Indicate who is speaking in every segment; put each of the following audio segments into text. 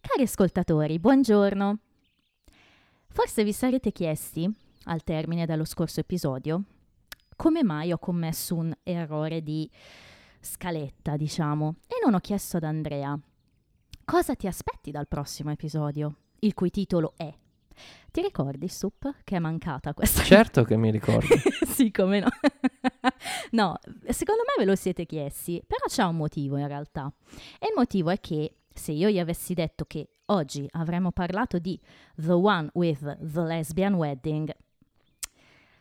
Speaker 1: Cari ascoltatori, buongiorno. Forse vi sarete chiesti, al termine dello scorso episodio, come mai ho commesso un errore di scaletta, diciamo, e non ho chiesto ad Andrea cosa ti aspetti dal prossimo episodio, il cui titolo è Ti ricordi, Sup, che è mancata questa
Speaker 2: Certo che mi ricordo.
Speaker 1: sì, come no. no, secondo me ve lo siete chiesti, però c'è un motivo in realtà. E il motivo è che se io gli avessi detto che oggi avremmo parlato di The One with the Lesbian Wedding,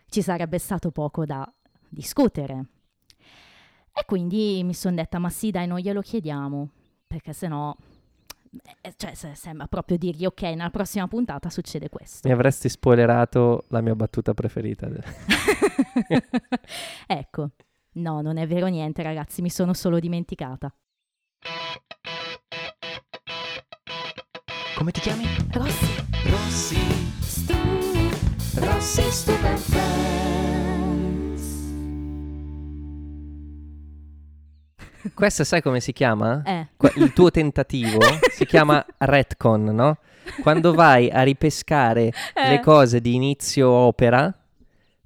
Speaker 1: ci sarebbe stato poco da discutere. E quindi mi sono detta, ma sì, dai, non glielo chiediamo, perché sennò... eh, Cioè, se- sembra proprio dirgli, ok, nella prossima puntata succede questo.
Speaker 2: Mi avresti spoilerato la mia battuta preferita.
Speaker 1: ecco, no, non è vero niente, ragazzi, mi sono solo dimenticata.
Speaker 3: Come ti chiami?
Speaker 1: Rossi,
Speaker 3: Rossi. Rossi Stupid
Speaker 2: Questa sai come si chiama?
Speaker 1: eh,
Speaker 2: Que- Il tuo tentativo si chiama retcon, no? Quando vai a ripescare le
Speaker 1: eh,
Speaker 2: cose di inizio opera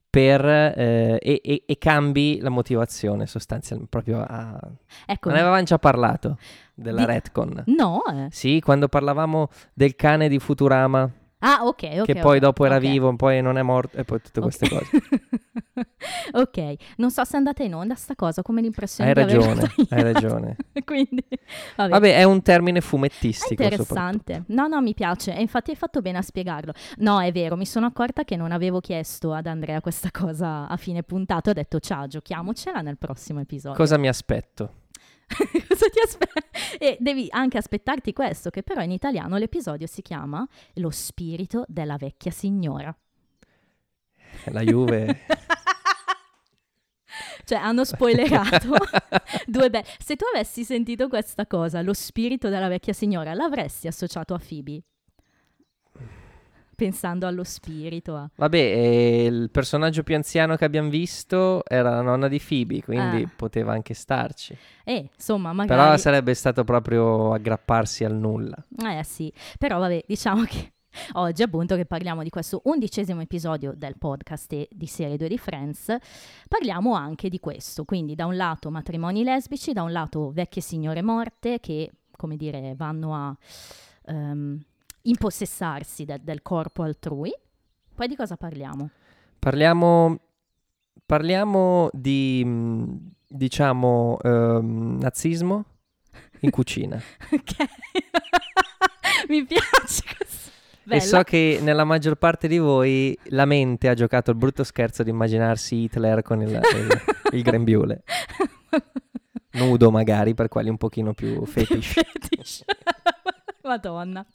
Speaker 2: per, eh, e, e- e cambi la motivazione sostanzialmente. Proprio a...
Speaker 1: ecco,
Speaker 2: Non avevamo già parlato della
Speaker 1: Di-
Speaker 2: retcon.
Speaker 1: no, eh.
Speaker 2: Sì, quando parlavamo del cane di Futurama,
Speaker 1: ah, ok, ok.
Speaker 2: che poi
Speaker 1: ok,
Speaker 2: dopo era
Speaker 1: ok.
Speaker 2: vivo, poi non è morto, e poi tutte queste
Speaker 1: Ok.
Speaker 2: cose.
Speaker 1: ok, non so se è andata in onda sta cosa, come l'impressione
Speaker 2: Hai
Speaker 1: di averla
Speaker 2: ragione, hai
Speaker 1: tagliata.
Speaker 2: ragione.
Speaker 1: Quindi, vabbè.
Speaker 2: Vabbè, è un termine
Speaker 1: È
Speaker 2: fumettistico.
Speaker 1: interessante. No, no, mi piace. E infatti hai fatto bene a spiegarlo. No, è vero, mi sono accorta che non avevo chiesto ad Andrea questa cosa a fine puntata. Ho detto, ciao, giochiamocela nel prossimo
Speaker 2: soprattutto.
Speaker 1: episodio.
Speaker 2: Cosa mi aspetto?
Speaker 1: Cosa ti aspetti? E devi anche aspettarti questo, che però in italiano l'episodio si chiama Lo spirito della vecchia signora.
Speaker 2: La Juve.
Speaker 1: Cioè, hanno spoilerato due belle. Se tu avessi sentito questa cosa, lo spirito della vecchia signora, l'avresti associato a Phoebe? Pensando allo spirito, a...
Speaker 2: Vabbè, eh, il personaggio più anziano che abbiamo visto era la nonna di Phoebe, quindi
Speaker 1: Ah.
Speaker 2: poteva anche starci.
Speaker 1: Eh, insomma,
Speaker 2: Però
Speaker 1: magari...
Speaker 2: sarebbe stato proprio aggrapparsi al nulla.
Speaker 1: Eh sì, però vabbè, diciamo che oggi appunto che parliamo di questo undicesimo episodio del podcast e di serie 2 di Friends, parliamo anche di questo, quindi da un lato matrimoni lesbici, da un lato vecchie signore morte che, come dire, vanno a ehm, impossessarsi de- del corpo altrui. Poi di cosa parliamo?
Speaker 2: Parliamo, parliamo di, mh, diciamo, ehm, nazismo in cucina.
Speaker 1: Ok, mi piace questo.
Speaker 2: E
Speaker 1: Bella.
Speaker 2: so che nella maggior parte di voi la mente ha giocato il brutto scherzo di immaginarsi Hitler con il, il- il grembiule. Nudo magari, per quelli un pochino più fetish.
Speaker 1: Fetish. Madonna.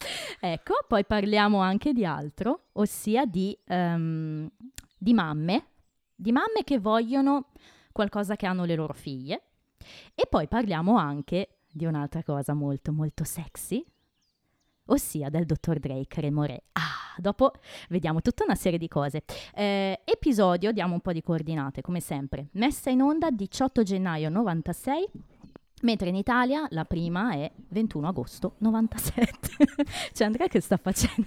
Speaker 1: Ecco, poi parliamo anche di altro, ossia di, ehm, di mamme, di mamme che vogliono qualcosa che hanno le loro figlie. E poi parliamo anche di un'altra cosa molto molto sexy, ossia del dottor Drake Remore. Ah, dopo vediamo tutta una serie di cose. Eh, episodio, diamo un po' di coordinate, come sempre. Messa in onda 18 gennaio 96 Mentre in Italia la prima è 21 agosto 97. C'è Andrea che sta facendo.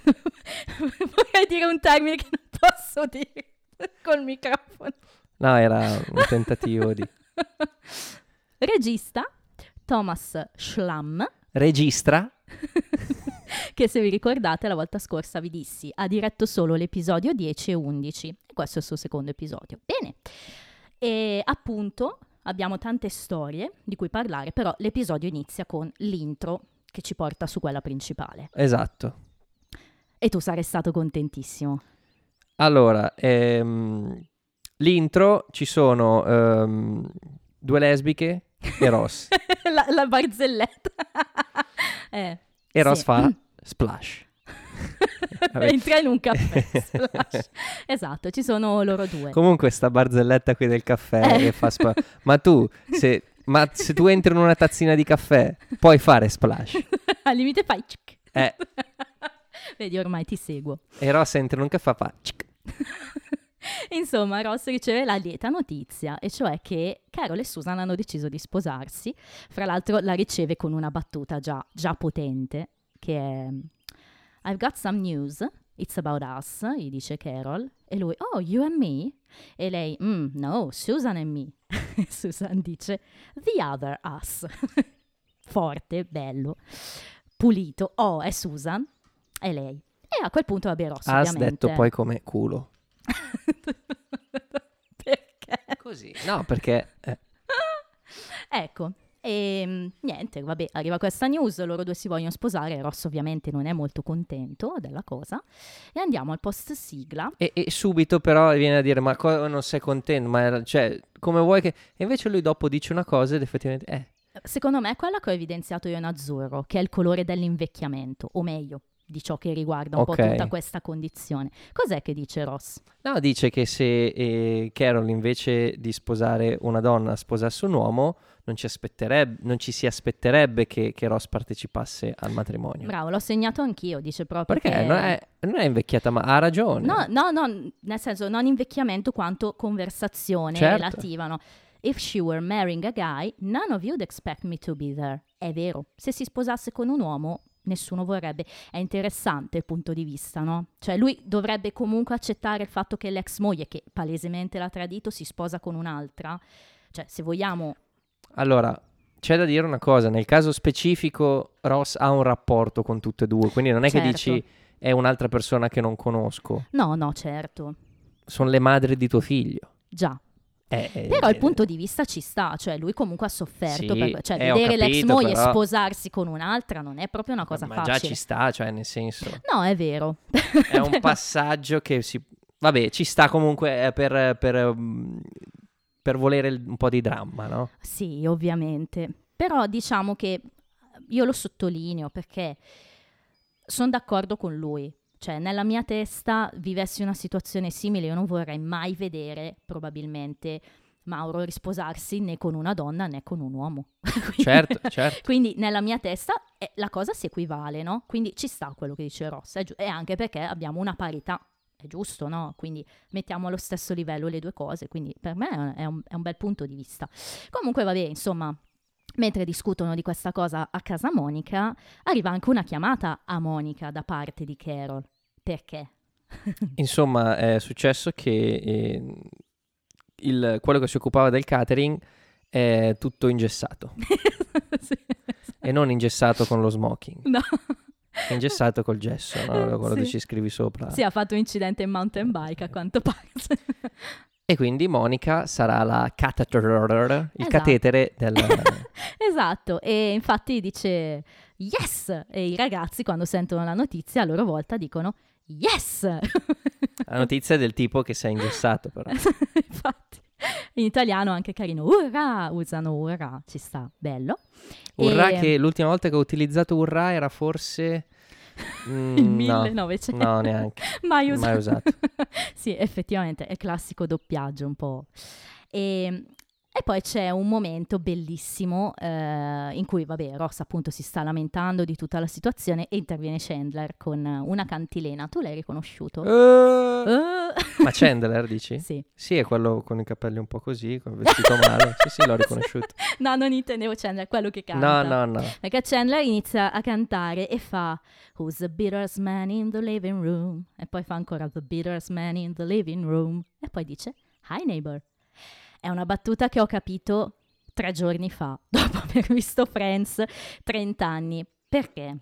Speaker 1: Vorrei dire un termine che non posso dire col microfono.
Speaker 2: No, era un tentativo di...
Speaker 1: Regista Thomas Schlamm,
Speaker 2: Registra
Speaker 1: che se vi ricordate la volta scorsa vi dissi ha diretto solo l'episodio 10 e 11. E questo è il suo secondo episodio. Bene. E appunto abbiamo tante storie di cui parlare, però l'episodio inizia con l'intro che ci porta su quella principale.
Speaker 2: Esatto.
Speaker 1: E tu sarai stato contentissimo.
Speaker 2: Allora, ehm, l'intro ci sono ehm, due lesbiche e Ross.
Speaker 1: la, la barzelletta. eh,
Speaker 2: E Ross
Speaker 1: Sì.
Speaker 2: fa splash. Vabbè.
Speaker 1: Entra in un caffè. splash. esatto, ci sono loro due.
Speaker 2: Comunque sta barzelletta qui del caffè
Speaker 1: Eh.
Speaker 2: che fa splash. Ma tu, se, ma se tu entri in una tazzina di caffè, puoi fare splash.
Speaker 1: Al limite fai... cic.
Speaker 2: Eh.
Speaker 1: Vedi, ormai ti seguo.
Speaker 2: E Ross entra in un caffè e fa... cic.
Speaker 1: Insomma, Ross riceve la lieta notizia, e cioè che Carol e Susan hanno deciso di sposarsi. Fra l'altro la riceve con una battuta già, già potente, che è I've got some news, it's about us, gli dice Carol, e lui, oh, you and me? E lei, "Mm, no, Susan and me. Susan dice, the other us. Forte, bello, pulito, oh, è Susan, è lei. E a quel punto, vabbè, Ross,
Speaker 2: Has
Speaker 1: ovviamente.
Speaker 2: detto poi come culo.
Speaker 1: Perché?
Speaker 2: Così. No, perché... eh,
Speaker 1: Ecco, e mm, niente, vabbè, arriva questa news, loro due si vogliono sposare, Ross ovviamente non è molto contento della cosa, e andiamo al post sigla.
Speaker 2: E, e subito però viene a dire, ma co- non sei contento, ma era- cioè, come vuoi che... E invece lui dopo dice una cosa ed effettivamente... Eh,
Speaker 1: Secondo me è quella che ho evidenziato io in azzurro, che è il colore dell'invecchiamento, o meglio, di ciò che riguarda un po'
Speaker 2: Ok.
Speaker 1: tutta questa condizione. Cos'è che dice Ross?
Speaker 2: No, dice che se eh, Carol invece di sposare una donna sposasse un uomo, non ci, aspettereb- non ci si aspetterebbe che, che Ross partecipasse al matrimonio.
Speaker 1: Bravo, l'ho segnato anch'io, dice proprio
Speaker 2: Perché
Speaker 1: che...
Speaker 2: non, è, non è invecchiata, ma ha ragione.
Speaker 1: No, no, no, nel senso non invecchiamento quanto conversazione
Speaker 2: Certo.
Speaker 1: relativa, no? If she were marrying a guy, none of you'd expect me to be there. È vero, se si sposasse con un uomo, nessuno vorrebbe. È interessante il punto di vista, no? Cioè lui dovrebbe comunque accettare il fatto che l'ex moglie, che palesemente l'ha tradito, si sposa con un'altra. Cioè, se vogliamo...
Speaker 2: Allora, c'è da dire una cosa, nel caso specifico Ross ha un rapporto con tutte e due, quindi non è
Speaker 1: Certo.
Speaker 2: che dici è un'altra persona che non conosco,
Speaker 1: No, no, certo,
Speaker 2: sono le madri di tuo figlio.
Speaker 1: già.
Speaker 2: Eh, eh,
Speaker 1: Però il
Speaker 2: eh,
Speaker 1: punto di vista ci sta, cioè lui comunque ha sofferto,
Speaker 2: Sì,
Speaker 1: per que- cioè
Speaker 2: eh, ho
Speaker 1: vedere l'ex
Speaker 2: capito,
Speaker 1: moglie
Speaker 2: però-
Speaker 1: sposarsi con un'altra non è proprio una cosa
Speaker 2: ma
Speaker 1: facile.
Speaker 2: già ci sta, cioè nel senso...
Speaker 1: No, è vero.
Speaker 2: è un passaggio che si... Vabbè, ci sta comunque eh, per, per, mm, per volere il- un po' di dramma, no?
Speaker 1: Sì, ovviamente. Però diciamo che io lo sottolineo perché sono d'accordo con lui. Cioè, nella mia testa vivessi una situazione simile, io non vorrei mai vedere, probabilmente, Mauro risposarsi né con una donna né con un uomo. Quindi-
Speaker 2: Certo, certo.
Speaker 1: Quindi nella mia testa eh, la cosa si equivale, no? Quindi ci sta quello che dice Ross, è giu- e anche perché abbiamo una parità, è giusto, no? Quindi mettiamo allo stesso livello le due cose, quindi per me è un, è un bel punto di vista. Comunque vabbè, insomma, mentre discutono di questa cosa a casa Monica, arriva anche una chiamata a Monica da parte di Carol. Perché?
Speaker 2: Insomma, è successo che eh, il- quello che si occupava del catering è tutto ingessato.
Speaker 1: Sì.
Speaker 2: E non ingessato con lo smoking,
Speaker 1: No.
Speaker 2: è ingessato col gesso, no? quello che
Speaker 1: Sì.
Speaker 2: ci scrivi sopra.
Speaker 1: Sì, ha fatto un incidente in mountain bike a quanto pare.
Speaker 2: E quindi Monica sarà la cateter, il
Speaker 1: Esatto.
Speaker 2: catetere del...
Speaker 1: Esatto, e infatti dice yes e i ragazzi quando sentono la notizia a loro volta dicono yes.
Speaker 2: La notizia è del tipo che sei ingessato, però.
Speaker 1: infatti in italiano è anche carino, urrà, usano urrà, ci sta, bello.
Speaker 2: Urrà
Speaker 1: E-
Speaker 2: che l'ultima volta che ho utilizzato urrà era forse... mm,
Speaker 1: il
Speaker 2: no,
Speaker 1: 1900.
Speaker 2: No, neanche.
Speaker 1: mai usato.
Speaker 2: Mai usato.
Speaker 1: sì, effettivamente è classico doppiaggio un po'. E, e poi c'è un momento bellissimo eh, in cui, vabbè, Ross appunto si sta lamentando di tutta la situazione e interviene Chandler con una cantilena. Tu l'hai riconosciuto?
Speaker 2: Eh,
Speaker 1: Eh,
Speaker 2: Ma Chandler, dici?
Speaker 1: sì.
Speaker 2: Sì, è quello con i capelli un po' così, con il vestito male. Sì, sì, l'ho riconosciuto.
Speaker 1: No, non intendevo Chandler, quello che canta.
Speaker 2: No, no, no.
Speaker 1: Perché Chandler inizia a cantare e fa Who's the bitterest man in the living room? E poi fa ancora The bitterest man in the living room. E poi dice Hi neighbor. È una battuta che ho capito tre giorni fa, dopo aver visto Friends, 30 anni. Perché?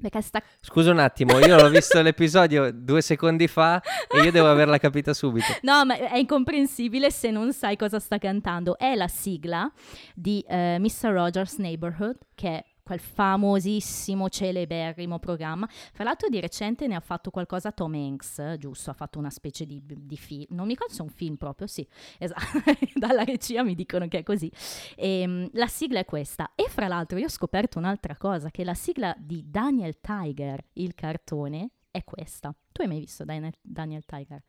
Speaker 1: Perché sta...
Speaker 2: Scusa un attimo, io l'ho visto l'episodio due secondi fa e io devo averla capita subito.
Speaker 1: No, ma è incomprensibile se non sai cosa sta cantando. È la sigla di eh, Mr. Rogers' Neighborhood, che è quel famosissimo, celeberrimo programma. Fra l'altro di recente ne ha fatto qualcosa Tom Hanks, eh, giusto? Ha fatto una specie di, film, non mi ricordo se è un film proprio, sì, esatto, dalla regia mi dicono che è così. Ehm, la sigla è questa. E fra l'altro io ho scoperto un'altra cosa, che la sigla di Daniel Tiger, il cartone, è questa. Tu hai mai visto Daniel, Daniel Tiger?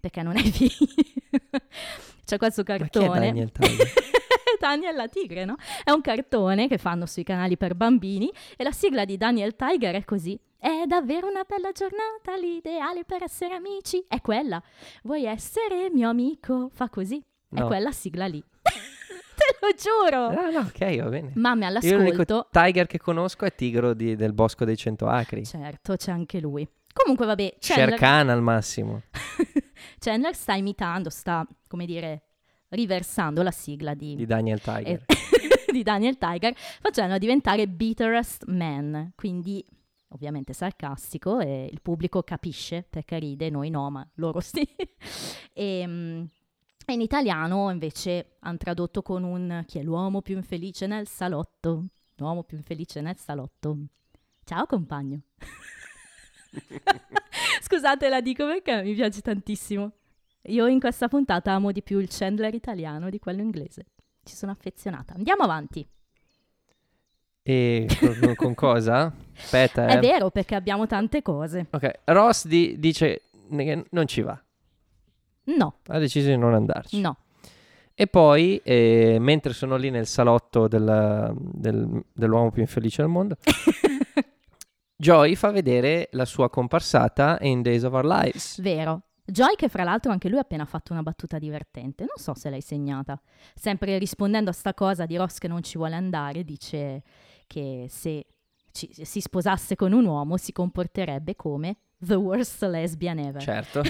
Speaker 1: Perché non hai figli. C'è questo
Speaker 2: Ma chi è
Speaker 1: cartone.
Speaker 2: Daniel Tiger?
Speaker 1: Daniel la tigre, no? È un cartone che fanno sui canali per bambini e la sigla di Daniel Tiger è così. È davvero una bella giornata, l'ideale per essere amici è quella. Vuoi essere mio amico? Fa così. È
Speaker 2: No.
Speaker 1: quella sigla lì. Te lo giuro.
Speaker 2: Ah, no, ok, va bene.
Speaker 1: Mamme
Speaker 2: Io l'unico
Speaker 1: all'ascolto.
Speaker 2: tiger che conosco è Tigro di- del Bosco dei Cento Acri.
Speaker 1: Certo, c'è anche lui. Comunque, vabbè,
Speaker 2: Shere
Speaker 1: Chandler,
Speaker 2: Khan al massimo.
Speaker 1: Chandler sta imitando, sta, come dire, riversando la sigla di,
Speaker 2: Di Daniel Tiger.
Speaker 1: eh, di Daniel Tiger, facendola diventare Bitterest Man. Quindi, ovviamente, sarcastico e il pubblico capisce perché ride, noi no, ma loro sì. e, mm, e in italiano, invece, hanno tradotto con un chi è l'uomo più infelice nel salotto. L'uomo più infelice nel salotto. Ciao compagno. Scusate, la dico perché mi piace tantissimo. Io in questa puntata amo di più il Chandler italiano di quello inglese. Ci sono affezionata. Andiamo avanti.
Speaker 2: E con, con cosa? Aspetta,
Speaker 1: È
Speaker 2: eh.
Speaker 1: vero perché abbiamo tante cose.
Speaker 2: Ok, Ross di- dice che non ci va,
Speaker 1: No,
Speaker 2: ha deciso di non andarci.
Speaker 1: no.
Speaker 2: E poi, eh, mentre sono lì nel salotto del- del- dell'uomo più infelice al mondo, Joy fa vedere la sua comparsata in Days of Our Lives.
Speaker 1: Vero. Joy, che fra l'altro anche lui ha appena fatto una battuta divertente, non so se l'hai segnata. Sempre rispondendo a sta cosa di Ross che non ci vuole andare, dice che se ci- si sposasse con un uomo si comporterebbe come the worst lesbian ever.
Speaker 2: Certo.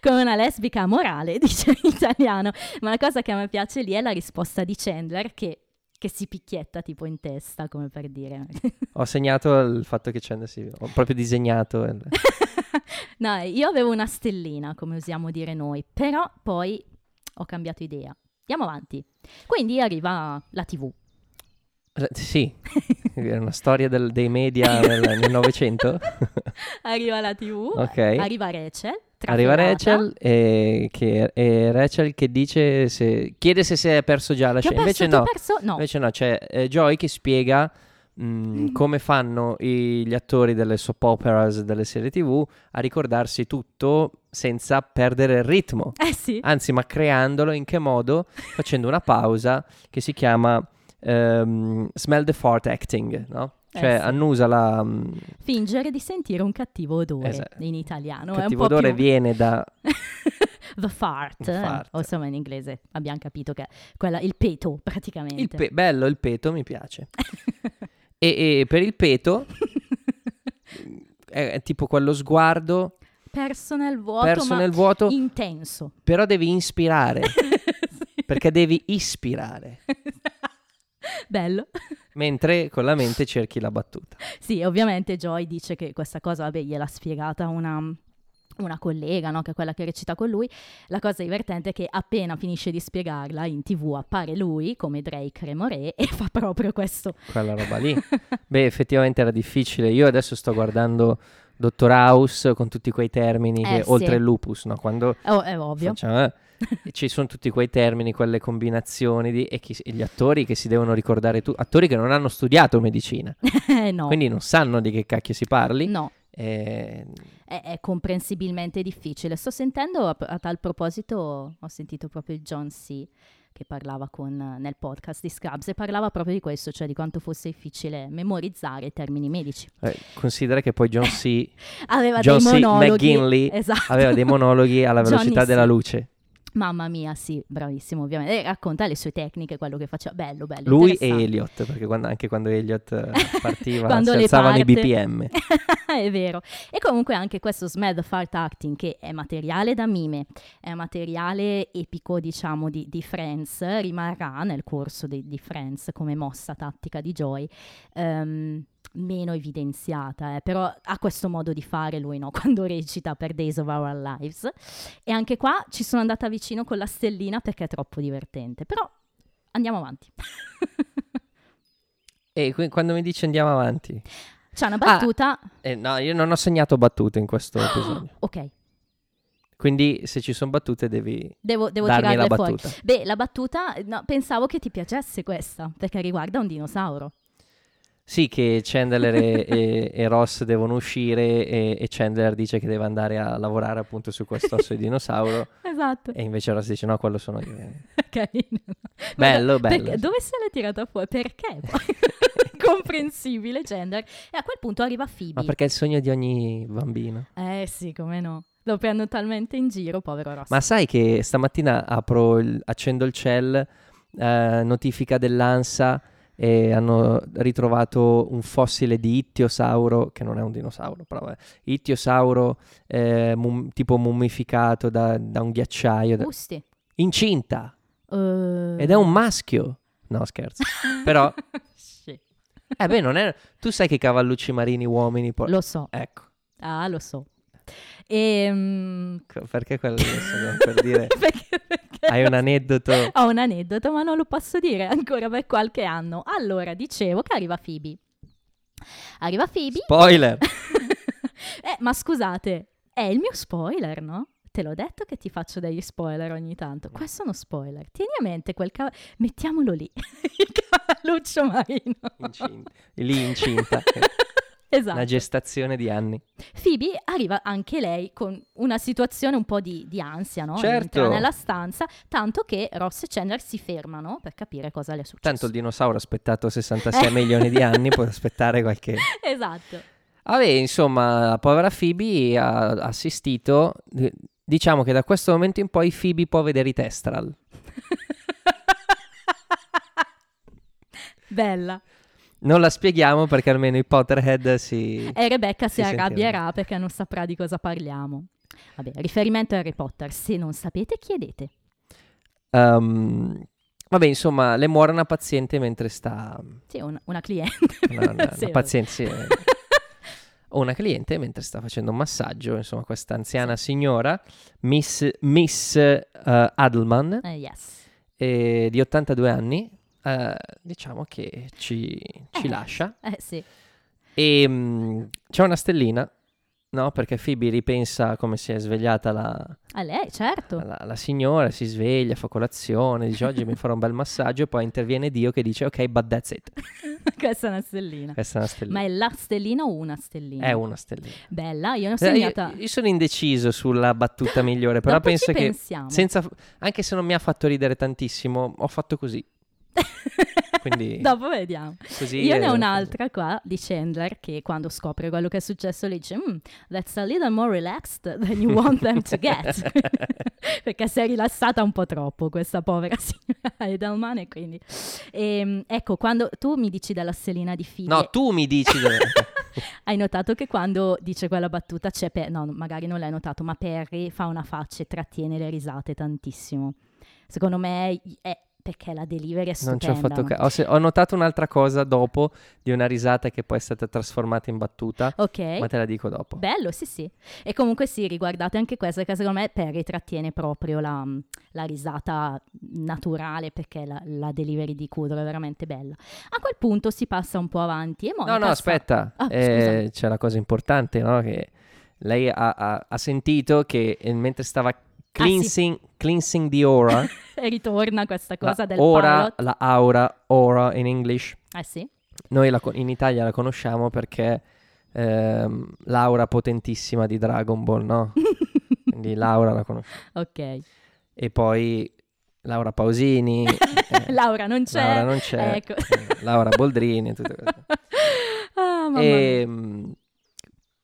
Speaker 1: come una lesbica morale, dice in italiano. Ma la cosa che a me piace lì è la risposta di Chandler che, che si picchietta tipo in testa, come per dire.
Speaker 2: Ho segnato il fatto che c'è... sì, ho proprio disegnato il-
Speaker 1: no, eh, io avevo una stellina, come usiamo dire noi, però poi ho cambiato idea. Andiamo avanti. Quindi arriva la TV.
Speaker 2: Sì, è una storia del- dei media nel nel Novecento.
Speaker 1: Arriva la TV,
Speaker 2: Ok.
Speaker 1: arriva Rachel.
Speaker 2: Arriva
Speaker 1: trafelata,
Speaker 2: Rachel e, che, er-, e Rachel che dice se, chiede se si è perso già la
Speaker 1: Che ho
Speaker 2: scena.
Speaker 1: perso,
Speaker 2: Invece
Speaker 1: ti ho
Speaker 2: no,
Speaker 1: perso? No. Mm.
Speaker 2: invece no, c'è eh, Joy che spiega mh, come fanno i- gli attori delle soap operas, delle serie tv, a ricordarsi tutto senza perdere il ritmo.
Speaker 1: Eh sì.
Speaker 2: Anzi, ma creandolo in che modo? Facendo una pausa che si chiama ehm, Smell the Fart Acting, no?
Speaker 1: Eh,
Speaker 2: Cioè,
Speaker 1: sì.
Speaker 2: annusa la... mh,
Speaker 1: Fingere di sentire un cattivo odore
Speaker 2: Esatto.
Speaker 1: in italiano. è un
Speaker 2: cattivo
Speaker 1: po'
Speaker 2: odore
Speaker 1: più...
Speaker 2: viene da...
Speaker 1: The fart,
Speaker 2: The fart.
Speaker 1: o insomma in inglese abbiamo capito che è quella, il peto praticamente.
Speaker 2: Il pe- bello il peto, mi piace. e, e per il peto è, è tipo quello sguardo
Speaker 1: perso nel vuoto,
Speaker 2: perso
Speaker 1: ma
Speaker 2: nel vuoto,
Speaker 1: intenso.
Speaker 2: però devi inspirare,
Speaker 1: Sì.
Speaker 2: perché devi ispirare,
Speaker 1: Bello.
Speaker 2: mentre con la mente cerchi la battuta.
Speaker 1: Sì, ovviamente Joy dice che questa cosa, vabbè, gliel'ha spiegata una, una collega, no? che è quella che recita con lui. La cosa divertente è che appena finisce di spiegarla, in tv appare lui come Drake Remore e fa proprio questo.
Speaker 2: Quella roba lì. Beh, effettivamente era difficile. Io adesso sto guardando Dottor House con tutti quei termini,
Speaker 1: Eh,
Speaker 2: che,
Speaker 1: sì.
Speaker 2: oltre il lupus, no? Quando
Speaker 1: Oh, è ovvio.
Speaker 2: Facciamo, eh. Ci sono tutti quei termini, quelle combinazioni di- e, chi- e gli attori che si devono ricordare, tu- attori che non hanno studiato medicina,
Speaker 1: Eh, no. Mm.
Speaker 2: quindi non sanno di che cacchio si parli.
Speaker 1: No,
Speaker 2: Eh,
Speaker 1: è, è comprensibilmente difficile. Sto sentendo a, a tal proposito, ho sentito proprio il John C. che parlava con, nel podcast di Scrubs e parlava proprio di questo, cioè di quanto fosse difficile memorizzare i termini medici.
Speaker 2: eh, considera che poi John C.
Speaker 1: Aveva
Speaker 2: John C.
Speaker 1: dei monologhi.
Speaker 2: McGinley
Speaker 1: esatto.
Speaker 2: aveva dei monologhi alla
Speaker 1: Johnny
Speaker 2: velocità
Speaker 1: C.
Speaker 2: della luce.
Speaker 1: Mamma mia, sì, bravissimo ovviamente. E racconta le sue tecniche, quello che faceva. Bello, bello.
Speaker 2: Lui e
Speaker 1: interessante.
Speaker 2: Elliot, perché quando- anche quando Elliot eh, partiva
Speaker 1: Quando
Speaker 2: si
Speaker 1: le
Speaker 2: alzavano i
Speaker 1: parte.
Speaker 2: BPM.
Speaker 1: è vero. E comunque anche questo Smell the Fart Acting, che è materiale da mime, è materiale epico, diciamo, di, di Friends, rimarrà nel corso di, di Friends come mossa tattica di Joy. ehm, meno evidenziata, eh, però ha questo modo di fare lui, no? Quando recita per Days of Our Lives. E anche qua ci sono andata vicino con la stellina perché è troppo divertente, però andiamo avanti.
Speaker 2: E qui- quando mi dice andiamo avanti,
Speaker 1: C'è una battuta.
Speaker 2: Eh, no, io non ho segnato battute in questo episodio.
Speaker 1: Ok,
Speaker 2: Quindi se ci sono battute devi
Speaker 1: devo, devo
Speaker 2: darmi la
Speaker 1: tirarle fuori.
Speaker 2: battuta.
Speaker 1: Beh, la battuta, no, pensavo che ti piacesse questa, perché riguarda un dinosauro.
Speaker 2: Sì, che Chandler e, e- e Ross devono uscire e, e Chandler dice che deve andare a lavorare appunto su questo osso di dinosauro
Speaker 1: Esatto.
Speaker 2: e invece Ross dice no, quello sono io.
Speaker 1: Carino.
Speaker 2: Bello,
Speaker 1: Perché-
Speaker 2: bello.
Speaker 1: dove se l'è tirata fuori? Perché? Comprensibile, gender. E a quel punto arriva Phoebe.
Speaker 2: Ma perché è il sogno di ogni bambino.
Speaker 1: Eh sì, come no. Lo prendono talmente in giro, povero Ross.
Speaker 2: Ma sai che stamattina apro il- accendo il cell eh, notifica dell'ANSA e hanno ritrovato un fossile di ittiosauro, che non è un dinosauro, però è ittiosauro eh, mum- tipo mummificato da, da un ghiacciaio. da-
Speaker 1: Gusti.
Speaker 2: Incinta!
Speaker 1: Eh,
Speaker 2: Ed è un maschio! No, scherzo. Però,
Speaker 1: sì.
Speaker 2: eh beh, non è... Tu sai che i cavallucci marini uomini... por-
Speaker 1: Lo so.
Speaker 2: Ecco,
Speaker 1: Ah, lo so. Ehm,
Speaker 2: co- perché quello adesso, per dire...
Speaker 1: perché, perché
Speaker 2: Hai
Speaker 1: lo
Speaker 2: un aneddoto...
Speaker 1: Ho un aneddoto, ma non lo posso dire ancora per qualche anno. Allora, dicevo che arriva Phoebe. Arriva Phoebe.
Speaker 2: Spoiler!
Speaker 1: eh, ma scusate, è il mio spoiler, no? Te l'ho detto che ti faccio degli spoiler ogni tanto. Questo è uno spoiler. Tieni a mente quel cavallo. Mettiamolo lì. il cavalluccio marino.
Speaker 2: Incinta. Lì incinta. Eh,
Speaker 1: esatto.
Speaker 2: Una gestazione di anni.
Speaker 1: Phoebe arriva anche lei con una situazione un po' di, di ansia, no?
Speaker 2: Certo.
Speaker 1: Entra nella stanza, tanto che Ross e Chandler si fermano per capire cosa le è successo.
Speaker 2: Tanto il dinosauro ha aspettato 66
Speaker 1: Eh.
Speaker 2: milioni di anni, può aspettare qualche...
Speaker 1: Esatto.
Speaker 2: Vabbè, insomma, la povera Phoebe ha assistito... d- Diciamo che da questo momento in poi Phoebe può vedere i testral.
Speaker 1: Bella.
Speaker 2: Non la spieghiamo perché almeno i Potterhead si...
Speaker 1: E Rebecca si,
Speaker 2: Si sentirà.
Speaker 1: arrabbierà perché non saprà di cosa parliamo. Vabbè, riferimento a Harry Potter. Se non sapete, chiedete.
Speaker 2: Ehm, vabbè, insomma, le muore una paziente mentre sta...
Speaker 1: Sì, un- una cliente.
Speaker 2: Una, una-
Speaker 1: Sì,
Speaker 2: una
Speaker 1: vabbè.
Speaker 2: paziente... sì, eh. o una cliente mentre sta facendo un massaggio, insomma, questa anziana signora, Miss, Miss eh, Adelman,
Speaker 1: Eh, yes.
Speaker 2: eh, di 82 anni, eh, diciamo che ci, ci
Speaker 1: Eh.
Speaker 2: lascia.
Speaker 1: Eh sì.
Speaker 2: E mm, c'è una stellina, no? Perché Phoebe ripensa come si è svegliata la,
Speaker 1: A lei, certo.
Speaker 2: la- la signora, si sveglia, fa colazione, dice oggi mi farò un bel massaggio e poi interviene Dio che dice ok, but that's it.
Speaker 1: Questa è una stellina.
Speaker 2: Questa è una
Speaker 1: Ma
Speaker 2: stellina.
Speaker 1: è la stellina o una stellina?
Speaker 2: È una stellina.
Speaker 1: Bella, io ne ho
Speaker 2: Eh, Io,
Speaker 1: segnata.
Speaker 2: io sono indeciso sulla battuta migliore, però
Speaker 1: Dopo
Speaker 2: penso
Speaker 1: ci
Speaker 2: che
Speaker 1: pensiamo.
Speaker 2: senza, anche se non mi ha fatto ridere tantissimo, ho fatto così. Quindi
Speaker 1: Dopo vediamo.
Speaker 2: così
Speaker 1: Io ne
Speaker 2: eh,
Speaker 1: ho un'altra qua di Chandler che quando scopre quello che è successo le dice "Mm, That's a little more relaxed than you want them to get Perché si è rilassata un po' troppo questa povera signora Edelman e quindi Ehm, Ecco, quando tu mi dici della stellina di Phoebe
Speaker 2: No, tu mi dici dove-
Speaker 1: Hai notato che quando dice quella battuta c'è Pe- No, magari non l'hai notato, ma Perry fa una faccia e trattiene le risate tantissimo Secondo me è perché la delivery è
Speaker 2: Non ci
Speaker 1: stupenda
Speaker 2: ho fatto
Speaker 1: no?
Speaker 2: caso. Ho, se- ho notato un'altra cosa dopo di una risata che poi è stata trasformata in battuta,
Speaker 1: Ok
Speaker 2: ma te la dico dopo.
Speaker 1: Bello, sì, sì. E comunque sì, riguardate anche questo, perché secondo me Perry trattiene proprio la, la risata naturale, perché la, la delivery di Kudrow è veramente bella. A quel punto si passa un po' avanti e
Speaker 2: no,
Speaker 1: Monica...
Speaker 2: no,
Speaker 1: sta-
Speaker 2: aspetta.
Speaker 1: Ah,
Speaker 2: Eh, c'è la cosa importante, no? Che lei ha, ha- ha sentito che eh, mentre
Speaker 1: Ah,
Speaker 2: stava cleansing, cleansing the aura,
Speaker 1: E ritorna questa
Speaker 2: la,
Speaker 1: cosa del
Speaker 2: aura-
Speaker 1: pilot.
Speaker 2: la aura, aura in English,
Speaker 1: Eh sì,
Speaker 2: noi la co- in Italia la conosciamo perché ehm, l'aura potentissima di Dragon Ball, no? Quindi l'aura la conosciamo.
Speaker 1: ok.
Speaker 2: E poi Laura Pausini. eh,
Speaker 1: Laura non c'è.
Speaker 2: Laura non c'è,
Speaker 1: Cioè, Ecco.
Speaker 2: eh, Laura Boldrini, tutte queste.
Speaker 1: Ah, mamma mia.
Speaker 2: e, mm,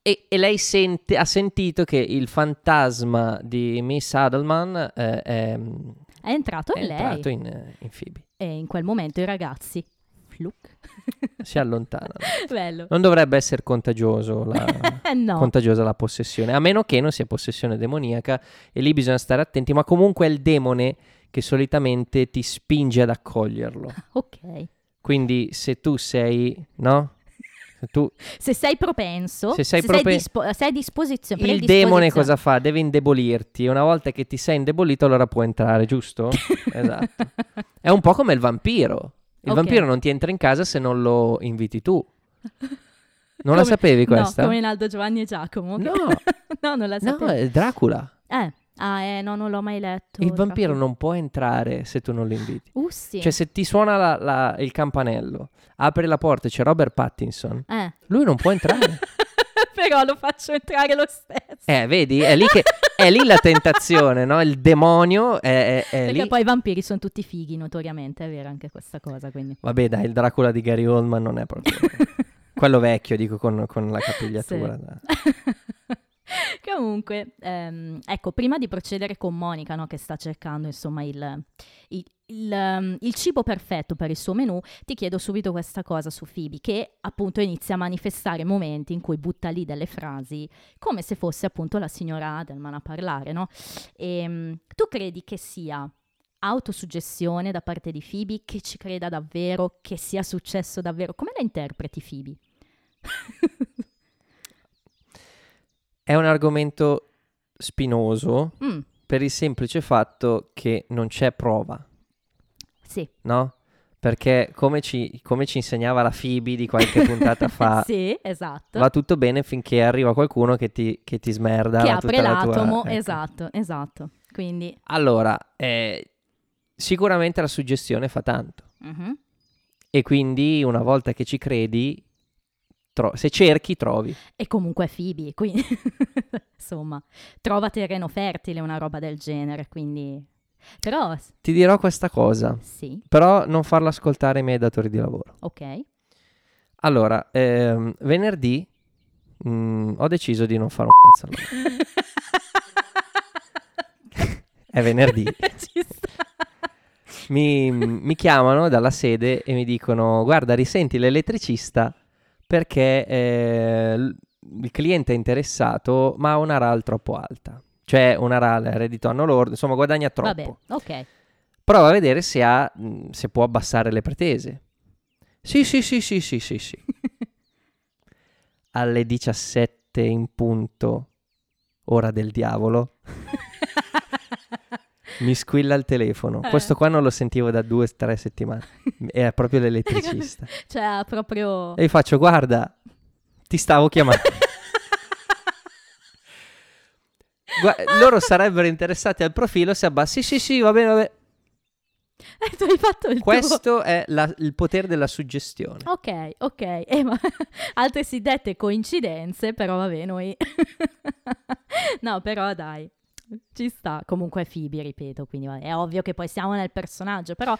Speaker 2: e- e lei sente- ha sentito che il fantasma di Miss Adelman eh, è,
Speaker 1: È entrato
Speaker 2: è
Speaker 1: in lei
Speaker 2: entrato in, eh, in Phoebe.
Speaker 1: e in quel momento i ragazzi... Fluc.
Speaker 2: Si allontana.
Speaker 1: Bello.
Speaker 2: Non dovrebbe essere contagioso la,
Speaker 1: Eh no.
Speaker 2: contagiosa la possessione, a meno che non sia possessione demoniaca e lì bisogna stare attenti, ma comunque è il demone che solitamente ti spinge ad accoglierlo.
Speaker 1: ok.
Speaker 2: Quindi se tu sei, no? Se tu
Speaker 1: Se sei propenso,
Speaker 2: Se sei propen-
Speaker 1: dispo- sei a disposizione,
Speaker 2: Il demone cosa fa? Deve indebolirti. Una volta che ti sei indebolito, allora può entrare, giusto? esatto. È un po' come il vampiro. Il
Speaker 1: Ok.
Speaker 2: vampiro non ti entra in casa se non lo inviti tu. Non la
Speaker 1: Come-
Speaker 2: sapevi questa?
Speaker 1: No, come in Aldo Giovanni e Giacomo. che-
Speaker 2: No,
Speaker 1: no, non la
Speaker 2: no,
Speaker 1: sapevo.
Speaker 2: è Dracula.
Speaker 1: Eh, ah, eh, no, non l'ho mai letto. Uh,
Speaker 2: Il vampiro non può entrare se tu non lo inviti.
Speaker 1: Ussi.
Speaker 2: Cioè, se ti suona la- la- il campanello, apri la porta e c'è Robert Pattinson,
Speaker 1: Eh.
Speaker 2: lui non può entrare.
Speaker 1: Però lo faccio entrare lo stesso.
Speaker 2: eh, vedi? È lì, che, è lì la tentazione, no? Il demonio è, è- è
Speaker 1: Perché
Speaker 2: lì.
Speaker 1: poi i vampiri sono tutti fighi, notoriamente, è vero anche questa cosa, quindi.
Speaker 2: Vabbè, dai, il Dracula di Gary Oldman non è proprio quello vecchio, dico con, con la capigliatura.
Speaker 1: Sì.
Speaker 2: da-
Speaker 1: Comunque, ehm, ecco, prima di procedere con Monica, no, che sta cercando insomma il, il- il, ehm, il cibo perfetto per il suo menù, ti chiedo subito questa cosa su Phoebe, che appunto inizia a manifestare momenti in cui butta lì delle frasi come se fosse appunto la signora Adelman a parlare, no? Ehm, tu credi che sia autosuggestione da parte di Phoebe, che ci creda davvero, che sia successo davvero? Come la interpreti Phoebe?
Speaker 2: È un argomento spinoso
Speaker 1: Mm,
Speaker 2: per il semplice fatto che non c'è prova,
Speaker 1: sì.
Speaker 2: no? Perché come ci, come ci insegnava la Phoebe di qualche puntata fa,
Speaker 1: sì, esatto.
Speaker 2: va tutto bene finché arriva qualcuno che ti, che ti smerda
Speaker 1: che
Speaker 2: la-
Speaker 1: apre
Speaker 2: tutta la tua-
Speaker 1: l'atomo,
Speaker 2: ecco.
Speaker 1: esatto, esatto. Quindi,
Speaker 2: Allora, eh, sicuramente la suggestione fa tanto.
Speaker 1: mhm,
Speaker 2: E quindi una volta che ci credi, tro- se cerchi, trovi.
Speaker 1: e comunque è Phoebe, quindi insomma, trova terreno fertile, una roba del genere, quindi... Però, s-
Speaker 2: Ti dirò questa cosa,
Speaker 1: sì,
Speaker 2: però non farla ascoltare ai miei datori di lavoro.
Speaker 1: ok,
Speaker 2: Allora, ehm, venerdì mm, ho deciso di non fare un cazzo. allora. È venerdì.
Speaker 1: ci sta.
Speaker 2: Mi, mi chiamano dalla sede e mi dicono, guarda, risenti l'elettricista perché eh, l- il cliente è interessato, ma ha una RAL troppo alta. Cioè una RAL, reddito anno lordo, insomma guadagna troppo.
Speaker 1: Vabbè, ok.
Speaker 2: Prova a vedere se, ha, mh, se può abbassare le pretese. Sì, sì, sì, sì, sì, sì, sì. Alle 17 in punto, ora del diavolo, mi squilla il telefono.
Speaker 1: Eh.
Speaker 2: Questo qua non lo sentivo da due o tre settimane. Era proprio l'elettricista.
Speaker 1: cioè, ha proprio...
Speaker 2: E gli faccio, guarda, ti stavo chiamando. Gua- loro sarebbero interessati al profilo se abbassi. Sì, sì, sì, va bene, va bene.
Speaker 1: Eh, tu hai fatto il tuo...
Speaker 2: Questo è la- il potere della suggestione.
Speaker 1: Ok, ok. Eh, ma... Altre si dette coincidenze, però vabbè, noi... no, però dai, ci sta. Comunque è Phoebe, ripeto, quindi vabbè, è ovvio che poi siamo nel personaggio, però...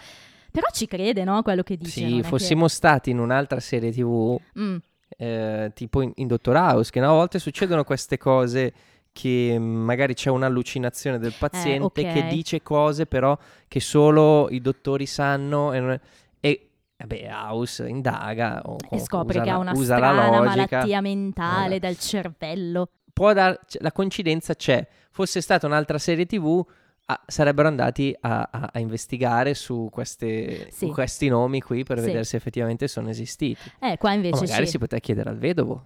Speaker 1: Però ci crede, no? Quello che dice. non è
Speaker 2: Se
Speaker 1: che-
Speaker 2: fossimo stati in un'altra serie TV,
Speaker 1: Mm,
Speaker 2: eh, tipo in, in Dottor House, che no, a volte succedono queste cose che mm, magari c'è un'allucinazione del paziente
Speaker 1: Eh, ok.
Speaker 2: che dice cose però che solo i dottori sanno e, non è- e, vabbè, House indaga o
Speaker 1: e
Speaker 2: comunque
Speaker 1: scopre
Speaker 2: usa
Speaker 1: che
Speaker 2: la-
Speaker 1: ha una
Speaker 2: usa la
Speaker 1: strana
Speaker 2: logica.
Speaker 1: malattia mentale
Speaker 2: Eh.
Speaker 1: del cervello.
Speaker 2: Può dar- c- la coincidenza c'è, fosse stata un'altra serie TV ah, sarebbero andati a, a- a investigare su, queste-
Speaker 1: Sì.
Speaker 2: su questi nomi qui per
Speaker 1: Sì.
Speaker 2: vedere se effettivamente sono esistiti.
Speaker 1: Eh, qua
Speaker 2: O
Speaker 1: invece
Speaker 2: magari
Speaker 1: ci...
Speaker 2: si poteva chiedere al vedovo.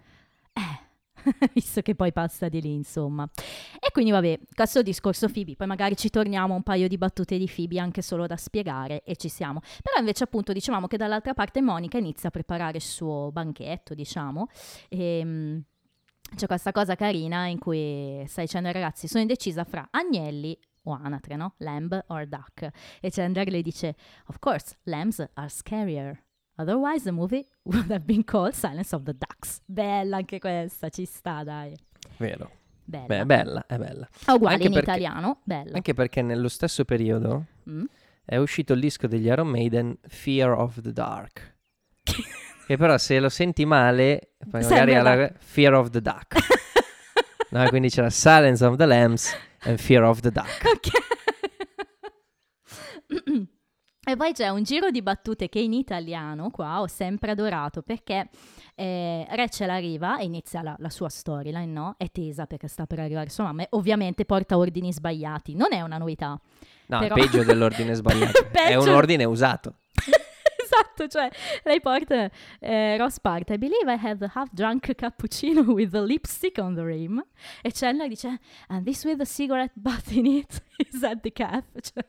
Speaker 1: Eh, visto che poi passa di lì, insomma. E quindi vabbè, questo discorso Phoebe, poi magari ci torniamo a un paio di battute di Phoebe anche solo da spiegare e ci siamo. Però invece appunto dicevamo che dall'altra parte Monica inizia a preparare il suo banchetto, diciamo, e... mm, c'è questa cosa carina in cui stai dicendo ai ragazzi sono indecisa fra agnelli o anatre, no? Lamb or duck. E Chandler le dice, of course, lambs are scarier. Otherwise the movie would have been called Silence of the Ducks. Bella anche questa, ci sta, dai.
Speaker 2: Vero.
Speaker 1: Bella.
Speaker 2: Beh, è bella, è bella.
Speaker 1: Ah, Uguale
Speaker 2: anche
Speaker 1: in
Speaker 2: perché-
Speaker 1: italiano, bella.
Speaker 2: Anche perché nello stesso periodo
Speaker 1: Mm.
Speaker 2: è uscito il disco degli Iron Maiden Fear of the Dark. che però se lo senti male, poi magari
Speaker 1: Sembra
Speaker 2: alla- Fear of the Duck. No, quindi c'era Silence of the Lambs and Fear of the Duck.
Speaker 1: Ok. E poi c'è un giro di battute che in italiano qua ho sempre adorato perché eh, Rachel arriva e inizia la, la sua storyline, no? È tesa perché sta per arrivare sua mamma e ovviamente porta ordini sbagliati, non è una novità.
Speaker 2: No,
Speaker 1: Però-
Speaker 2: è peggio dell'ordine sbagliato. è un
Speaker 1: Peggio.
Speaker 2: ordine usato.
Speaker 1: esatto, cioè lei porta eh, Ross parte, I believe I have the half drunk cappuccino with the lipstick on the rim e Chandler dice and this with the cigarette butt in it is at the calf Cioè,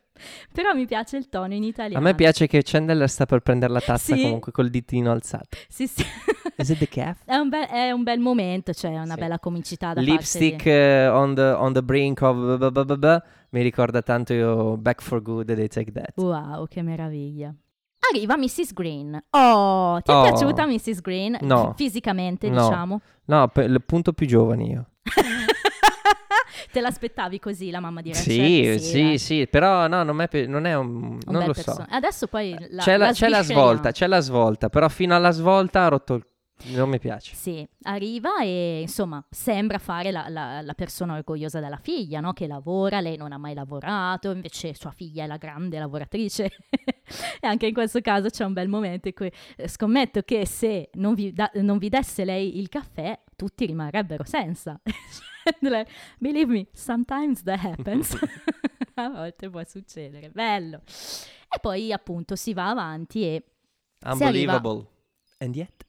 Speaker 1: però mi piace il tono in
Speaker 2: A
Speaker 1: italiano
Speaker 2: me piace che Chandler sta per prendere la tazza
Speaker 1: Sì.
Speaker 2: comunque col ditino alzato.
Speaker 1: sì, sì.
Speaker 2: Is it the calf?
Speaker 1: È un, bel, è un bel momento, cioè una
Speaker 2: Sì.
Speaker 1: bella comicità da
Speaker 2: Lipstick
Speaker 1: parte
Speaker 2: eh, on, the, on the brink of... b- b- b- b- b- mi ricorda tanto io Back for Good e They Take That.
Speaker 1: di... Wow, che meraviglia. Arriva Mrs. Green. Oh, ti è
Speaker 2: Oh.
Speaker 1: piaciuta Mrs. Green?
Speaker 2: No.
Speaker 1: Fisicamente,
Speaker 2: No.
Speaker 1: diciamo.
Speaker 2: No, per il punto più giovane io.
Speaker 1: Te l'aspettavi così la mamma di Rachel?
Speaker 2: Sì, sì,
Speaker 1: dai.
Speaker 2: sì, però no, non è, pe- non è un...
Speaker 1: Un
Speaker 2: non
Speaker 1: bel
Speaker 2: lo
Speaker 1: perso-
Speaker 2: so. Eh,
Speaker 1: Adesso poi la,
Speaker 2: c'è la, c'è la
Speaker 1: svisceriamo.
Speaker 2: svolta, c'è la svolta, però fino alla svolta ha rotto il Non mi piace.
Speaker 1: Sì, arriva e insomma sembra fare la, la- la persona orgogliosa della figlia, no? Che lavora, lei non ha mai lavorato, invece sua figlia è la grande lavoratrice. e anche in questo caso c'è un bel momento in cui eh, scommetto che se non vi, da- non vi desse lei il caffè, tutti rimarrebbero senza. Lei, Believe me, sometimes that happens. a volte può succedere, bello. E poi appunto si va avanti e
Speaker 2: Unbelievable. And yet.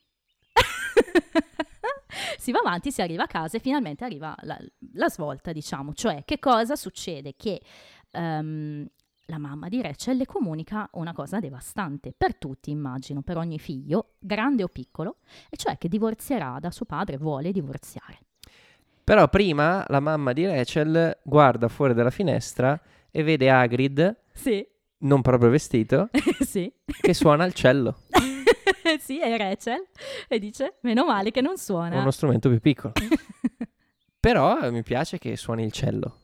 Speaker 1: si va avanti, si arriva a casa e finalmente arriva la, la svolta, diciamo. Cioè, che cosa succede? Che ehm, la mamma di Rachel le comunica una cosa devastante per tutti, immagino, per ogni figlio, grande o piccolo, e cioè che divorzierà da suo padre, vuole divorziare.
Speaker 2: Però prima la mamma di Rachel guarda fuori dalla finestra e vede Hagrid,
Speaker 1: Sì,
Speaker 2: non proprio vestito,
Speaker 1: sì.
Speaker 2: che suona il cello,
Speaker 1: sì, è Rachel e dice, meno male che non suona.
Speaker 2: uno strumento più piccolo. Però eh, mi piace che suoni il cello.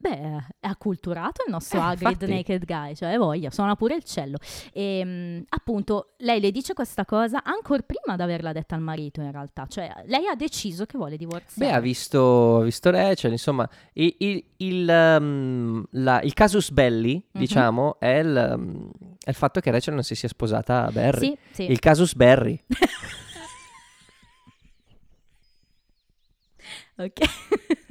Speaker 1: Beh, è acculturato il nostro
Speaker 2: Eh,
Speaker 1: Hagrid
Speaker 2: infatti.
Speaker 1: Naked Guy, cioè voglia, suona pure il cello. E mh, appunto lei le dice questa cosa ancora prima di averla detta al marito in realtà, cioè lei ha deciso che vuole
Speaker 2: Beh, ha
Speaker 1: divorziare.
Speaker 2: visto, ha visto Rachel, insomma, i- il, il, um, la- il casus belli,
Speaker 1: Mhm.
Speaker 2: diciamo, è il, um, è il fatto che Rachel non si sia sposata a Barry.
Speaker 1: sì, sì.
Speaker 2: Il casus Barry.
Speaker 1: Ok.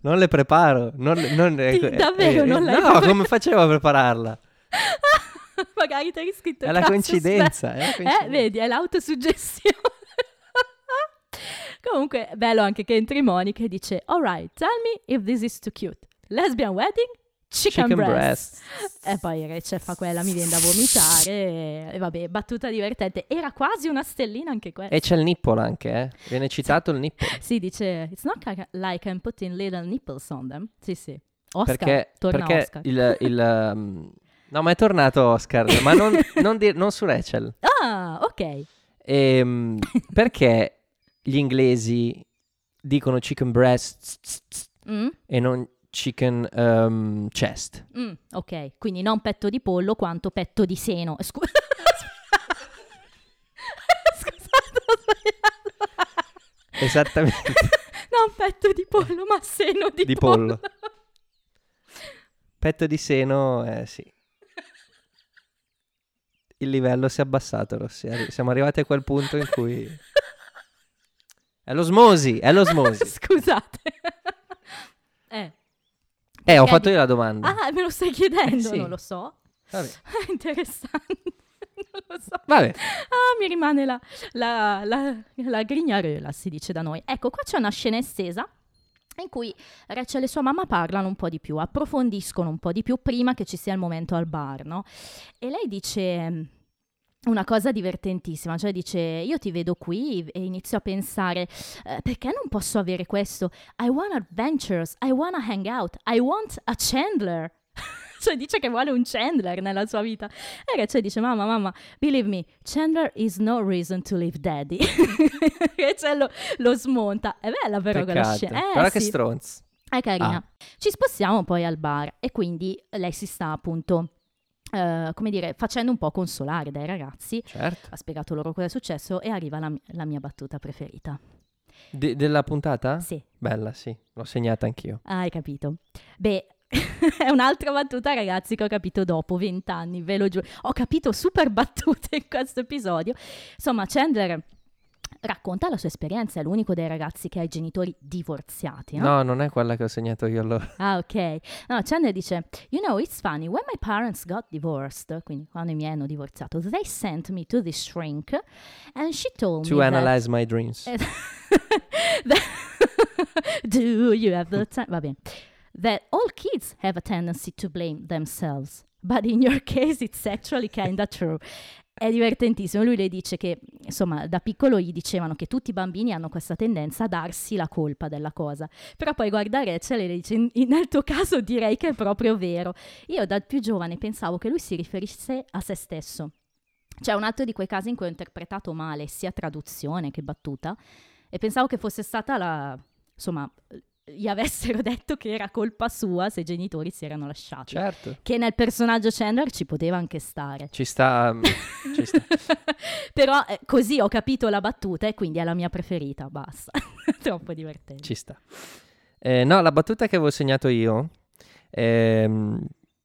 Speaker 2: Non le preparo. Non, le- non, eh,
Speaker 1: Sì, davvero, non l'hai
Speaker 2: No,
Speaker 1: preparato.
Speaker 2: come facevo a prepararla?
Speaker 1: Magari ti hai scritto
Speaker 2: È la
Speaker 1: casus
Speaker 2: coincidenza,
Speaker 1: belli.
Speaker 2: è la coincidenza.
Speaker 1: Eh, vedi, è l'autosuggestione. Comunque, bello anche che entri Monica e dice Alright, tell me if this is too cute. Lesbian wedding, chicken,
Speaker 2: Chicken
Speaker 1: breast.
Speaker 2: breast.
Speaker 1: E poi Rachel fa quella, mi viene da vomitare. E, e vabbè, battuta divertente. Era quasi una stellina anche quella.
Speaker 2: E c'è il nipple anche, eh? Viene citato il nipple.
Speaker 1: Sì, dice, it's not ca- like I'm putting little nipples on them. Sì, sì. Oscar,
Speaker 2: perché
Speaker 1: torna
Speaker 2: perché
Speaker 1: Oscar.
Speaker 2: il... il, um, no, ma è tornato Oscar, ma non, non di- non su Rachel.
Speaker 1: Ah, ok.
Speaker 2: Ehm, perché gli inglesi dicono chicken breast
Speaker 1: Mm,
Speaker 2: e non chicken um, chest?
Speaker 1: mm, ok, quindi non petto di pollo quanto petto di seno. Scusa. Scusate, ho sbagliato.
Speaker 2: Esattamente.
Speaker 1: Non petto di pollo, ma seno di,
Speaker 2: Di pollo. Petto di seno, eh sì. Il livello si è abbassato, Rossi. Arri- Siamo arrivati a quel punto in cui... È l'osmosi, è l'osmosi.
Speaker 1: Scusate. eh.
Speaker 2: Eh, ho
Speaker 1: Perché
Speaker 2: fatto
Speaker 1: di-
Speaker 2: io la domanda.
Speaker 1: Ah, me lo stai chiedendo?
Speaker 2: Eh, sì.
Speaker 1: Non lo so.
Speaker 2: Vabbè.
Speaker 1: È interessante. non lo so.
Speaker 2: Vabbè.
Speaker 1: Ah, mi rimane la, la, la, la grignarela, si dice da noi. Ecco, qua c'è una scena estesa in cui Rachel e sua mamma parlano un po' di più, approfondiscono un po' di più prima che ci sia il momento al bar, no? E lei dice mm, una cosa divertentissima, cioè dice io ti vedo qui e inizio a pensare "Eh, perché non posso avere questo? I want adventures, I wanna hang out, I want a Chandler. cioè dice che vuole un Chandler nella sua vita. E Rachel dice mamma, mamma, Believe me, Chandler is no reason to leave daddy. Rachel lo, lo smonta. È bella però quella
Speaker 2: Peccato.
Speaker 1: scena. Eh,
Speaker 2: Guarda che Ah.
Speaker 1: sì.
Speaker 2: stronzo.
Speaker 1: È carina. Ci spostiamo poi al bar e quindi lei si sta appunto, eh, come dire, facendo un po' consolare dai ragazzi.
Speaker 2: Certo.
Speaker 1: Ha spiegato loro cosa è successo e arriva la, mi- la mia battuta preferita.
Speaker 2: De- della puntata?
Speaker 1: Sì,
Speaker 2: Bella, sì. L'ho segnata anch'io.
Speaker 1: Ah, hai capito. Beh, è un'altra battuta ragazzi che ho capito dopo, vent'anni, ve lo giuro. Ho capito super battute in questo episodio. Insomma, Chandler racconta la sua esperienza, è l'unico dei ragazzi che ha i genitori divorziati.
Speaker 2: No, non è quella che ho segnato io allora.
Speaker 1: Ah, ok. No, Chandler dice: You know, it's funny, when my parents got divorced, quindi quando i miei hanno divorziato, they sent me to this shrink and she told
Speaker 2: To
Speaker 1: me. that-
Speaker 2: analyze my dreams.
Speaker 1: Eh, that- Do you have the time? Va bene. That all kids have a tendency to blame themselves, but in your case it's actually kinda true. È divertentissimo, lui le dice che, insomma, da piccolo gli dicevano che tutti i bambini hanno questa tendenza a darsi la colpa della cosa, però poi guarda Rachel e le dice, "In- in- nel tuo caso direi che è proprio vero. Io da più giovane pensavo che lui si riferisse a se stesso. C'è un altro di quei casi in cui ho interpretato male sia traduzione che battuta e pensavo che fosse stata la, insomma, gli avessero detto che era colpa sua se i genitori si erano lasciati.
Speaker 2: Certo.
Speaker 1: Che nel personaggio Chandler ci poteva anche stare.
Speaker 2: Ci sta... mm, ci sta.
Speaker 1: Però eh, così ho capito la battuta e quindi è la mia preferita, basta. Troppo divertente.
Speaker 2: Ci sta. Eh, no, la battuta che avevo segnato io, ehm,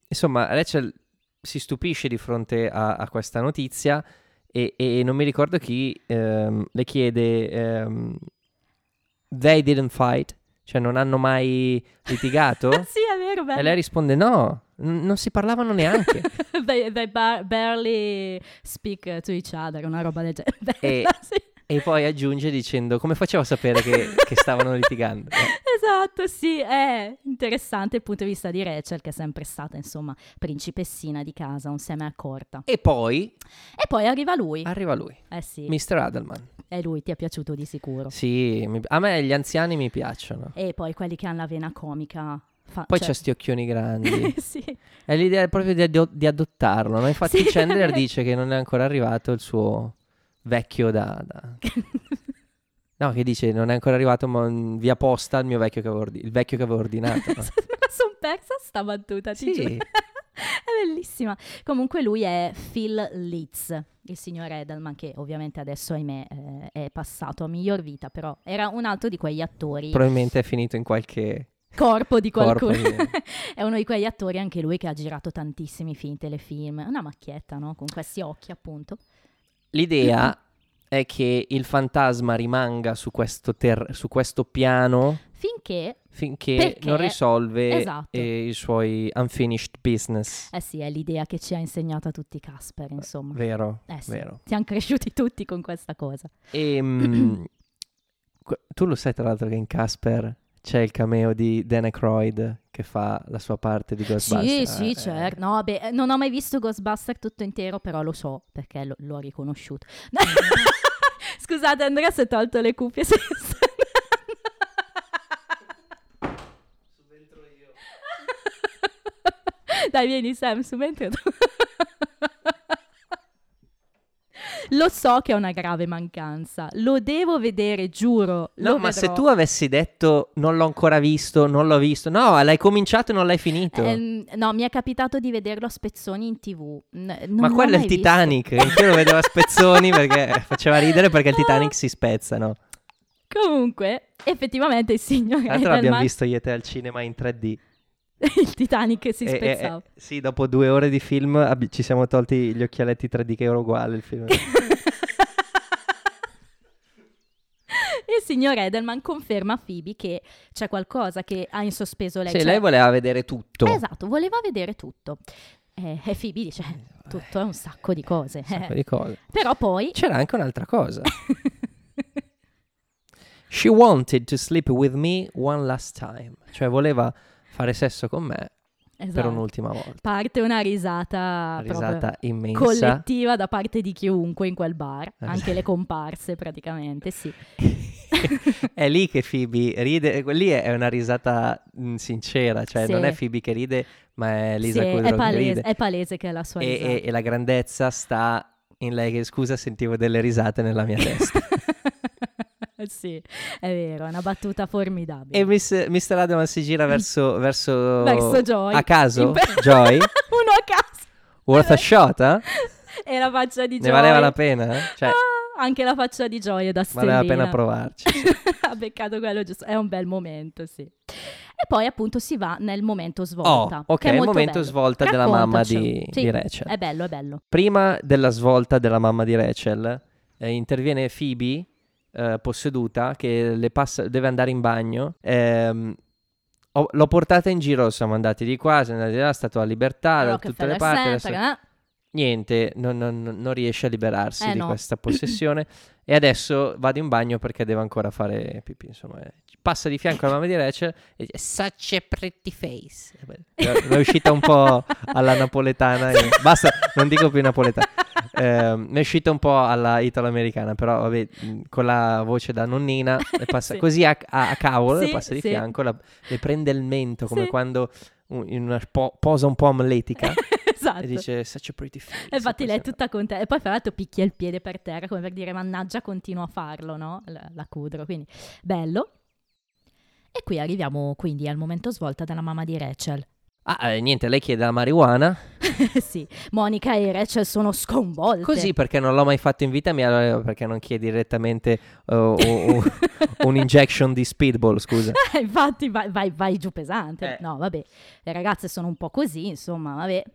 Speaker 2: insomma, Rachel si stupisce di fronte a, a questa notizia e, e non mi ricordo chi ehm, le chiede, ehm, they didn't fight, cioè non hanno mai litigato?
Speaker 1: sì, eh. è vero, bello.
Speaker 2: e lei risponde no, n- non si parlavano neanche.
Speaker 1: they, they bar- barely speak to each other, una roba del genere.
Speaker 2: E-
Speaker 1: Sì.
Speaker 2: e poi aggiunge dicendo come facevo a sapere che, che stavano litigando? Eh,
Speaker 1: Esatto, sì, è interessante il punto di vista di Rachel, che è sempre stata, insomma, principessina di casa, un seme a corta.
Speaker 2: E poi
Speaker 1: E poi arriva lui.
Speaker 2: arriva lui,
Speaker 1: Eh sì,
Speaker 2: Mr. Adelman.
Speaker 1: è lui, ti è piaciuto di sicuro.
Speaker 2: Sì, mi- a me gli anziani mi piacciono.
Speaker 1: E poi quelli che hanno la vena comica. fa-
Speaker 2: Poi c'è
Speaker 1: cioè-
Speaker 2: sti occhioni grandi.
Speaker 1: sì.
Speaker 2: È l'idea proprio di, addo- di adottarlo. no? Infatti
Speaker 1: Sì.
Speaker 2: Chandler dice che non è ancora arrivato il suo vecchio da... da- No, che dice non è ancora arrivato ma mm, via posta il mio vecchio che avevo, ordi- il vecchio che avevo ordinato. no?
Speaker 1: Me la son persa sta battuta, ti
Speaker 2: Sì.
Speaker 1: giuro. È bellissima. Comunque lui è Phil Leeds, il signor Edelman, che ovviamente adesso, ahimè, eh, è passato a miglior vita, però era un altro di quegli attori,
Speaker 2: Probabilmente è finito in qualche
Speaker 1: corpo di qualcuno.
Speaker 2: corpo. di-
Speaker 1: È uno di quegli attori, anche lui, che ha girato tantissimi film, telefilm. Una macchietta, no? Con questi occhi, appunto.
Speaker 2: L'idea è che il fantasma rimanga su questo, ter- su questo piano
Speaker 1: Finché,
Speaker 2: finché
Speaker 1: Perché-
Speaker 2: non risolve
Speaker 1: esatto.
Speaker 2: eh, i suoi unfinished business.
Speaker 1: eh sì, è l'idea che ci ha insegnato a tutti Casper, insomma.
Speaker 2: Vero,
Speaker 1: Eh sì,
Speaker 2: vero.
Speaker 1: siamo cresciuti tutti con questa cosa.
Speaker 2: E, mm, que- tu lo sai tra l'altro che in Casper c'è il cameo di Dan Aykroyd che fa la sua parte di
Speaker 1: Sì,
Speaker 2: Ghostbusters.
Speaker 1: sì,
Speaker 2: Eh,
Speaker 1: certo. No, beh, eh, non ho mai visto Ghostbuster tutto intero, però lo so perché lo- l'ho riconosciuto. Scusate, Andrea si è tolto le cuffie. se ne sta andando. Dai, vieni Sam, subentro tu. Lo so che è una grave mancanza, lo devo vedere, giuro.
Speaker 2: No,
Speaker 1: lo
Speaker 2: ma se
Speaker 1: vedrò.
Speaker 2: tu avessi detto non l'ho ancora visto, non l'ho visto, no, l'hai cominciato e non l'hai finito.
Speaker 1: Ehm, no, mi è capitato di vederlo a spezzoni in tv. N- non
Speaker 2: ma
Speaker 1: l'ho
Speaker 2: quello è il
Speaker 1: mai visto.
Speaker 2: Titanic, anch'io lo vedevo a spezzoni perché faceva ridere perché il Titanic si spezza, no?
Speaker 1: Comunque, effettivamente il signor
Speaker 2: Tra l'altro l'abbiamo
Speaker 1: Edelman,
Speaker 2: visto io e te al cinema in 3D.
Speaker 1: il Titanic si
Speaker 2: E- e- e-
Speaker 1: spezzava.
Speaker 2: sì, dopo due ore di film abbi- ci siamo tolti gli occhialetti 3D che era uguale il
Speaker 1: Cioè,
Speaker 2: film.
Speaker 1: Il signor Edelman conferma a Phoebe che c'è qualcosa che ha in sospeso lei.
Speaker 2: Cioè,
Speaker 1: Cioè-
Speaker 2: lei voleva vedere tutto.
Speaker 1: Esatto, voleva vedere tutto. Eh, e Phoebe dice, tutto Eh. è un sacco di cose.
Speaker 2: Un sacco di cose.
Speaker 1: Però poi...
Speaker 2: C'era anche un'altra cosa. She wanted to sleep with me one last time. Cioè, voleva fare sesso con me per
Speaker 1: esatto,
Speaker 2: un'ultima volta.
Speaker 1: parte una risata,
Speaker 2: Una
Speaker 1: proprio
Speaker 2: risata immensa.
Speaker 1: collettiva da parte di chiunque in quel bar,
Speaker 2: Eh,
Speaker 1: anche
Speaker 2: sì.
Speaker 1: le comparse praticamente, sì.
Speaker 2: è lì che Phoebe ride. eh, Lì è una risata mh, sincera. Cioè,
Speaker 1: Sì.
Speaker 2: non è Phoebe che ride, ma è Lisa
Speaker 1: Sì,
Speaker 2: Kudrow
Speaker 1: è,
Speaker 2: che
Speaker 1: palese,
Speaker 2: ride.
Speaker 1: è palese che è la sua
Speaker 2: E,
Speaker 1: risata.
Speaker 2: e- e la grandezza sta in lei che scusa sentivo delle risate nella mia testa
Speaker 1: sì, è vero, è una battuta formidabile.
Speaker 2: e Miss- Mr. Adam si gira verso, verso,
Speaker 1: Verso Joy.
Speaker 2: a caso
Speaker 1: In-
Speaker 2: Joy
Speaker 1: Uno a caso.
Speaker 2: worth a shot eh?
Speaker 1: E la faccia di
Speaker 2: ne
Speaker 1: Joy.
Speaker 2: valeva la pena cioè
Speaker 1: Ah, anche la faccia di Joy è da stellina.
Speaker 2: valeva la pena provarci
Speaker 1: ha beccato quello giusto. È un bel momento, sì. E poi appunto si va nel momento svolta.
Speaker 2: oh ok
Speaker 1: che è
Speaker 2: il
Speaker 1: molto
Speaker 2: momento
Speaker 1: bello.
Speaker 2: svolta della mamma di,
Speaker 1: Raccontacelo. Sì,
Speaker 2: di Rachel
Speaker 1: È bello, è bello.
Speaker 2: prima della svolta della mamma di Rachel, eh, interviene Phoebe, eh, posseduta, che le passa- deve andare in bagno. Ehm, ho- l'ho portata in giro, siamo andati di qua, siamo andati di là, è stato a libertà, da tutte le
Speaker 1: Rockefeller
Speaker 2: parti.
Speaker 1: Center,
Speaker 2: adesso- Niente, non, non- non riesce a liberarsi
Speaker 1: Eh,
Speaker 2: di
Speaker 1: no.
Speaker 2: questa possessione. e adesso vado in bagno perché deve ancora fare pipì. Insomma, eh. passa di fianco alla mamma di Rachel e dice: Such a pretty face. Eh, beh, È uscita un po' alla napoletana. e- Basta, non dico più napoletana. Eh, mi è uscita un po' alla italo-americana, però vabbè, mh, con la voce da nonnina, e passa
Speaker 1: Sì.
Speaker 2: così a, a, a cavolo, le
Speaker 1: Sì,
Speaker 2: passa di
Speaker 1: sì.
Speaker 2: fianco, la- le prende il mento come
Speaker 1: Sì.
Speaker 2: quando un- in una po- posa un po' amletica
Speaker 1: esatto.
Speaker 2: e dice such a pretty face.
Speaker 1: E infatti lei è
Speaker 2: Questa-
Speaker 1: tutta contenta. E poi fra l'altro picchia il piede per terra come per dire mannaggia continua a farlo, no? La, la cudro, quindi bello. E E qui arriviamo quindi al momento svolta della mamma di Rachel.
Speaker 2: Ah, eh, niente, lei chiede la marijuana.
Speaker 1: sì, Monica e Rachel sono sconvolte.
Speaker 2: Così perché non l'ho mai fatto in vita mia, allora perché non chiedi direttamente eh, o- o- un injection di speedball, scusa.
Speaker 1: Eh, Infatti vai, vai- vai giù pesante.
Speaker 2: Eh.
Speaker 1: No, vabbè, le ragazze sono un po' così, insomma, vabbè. E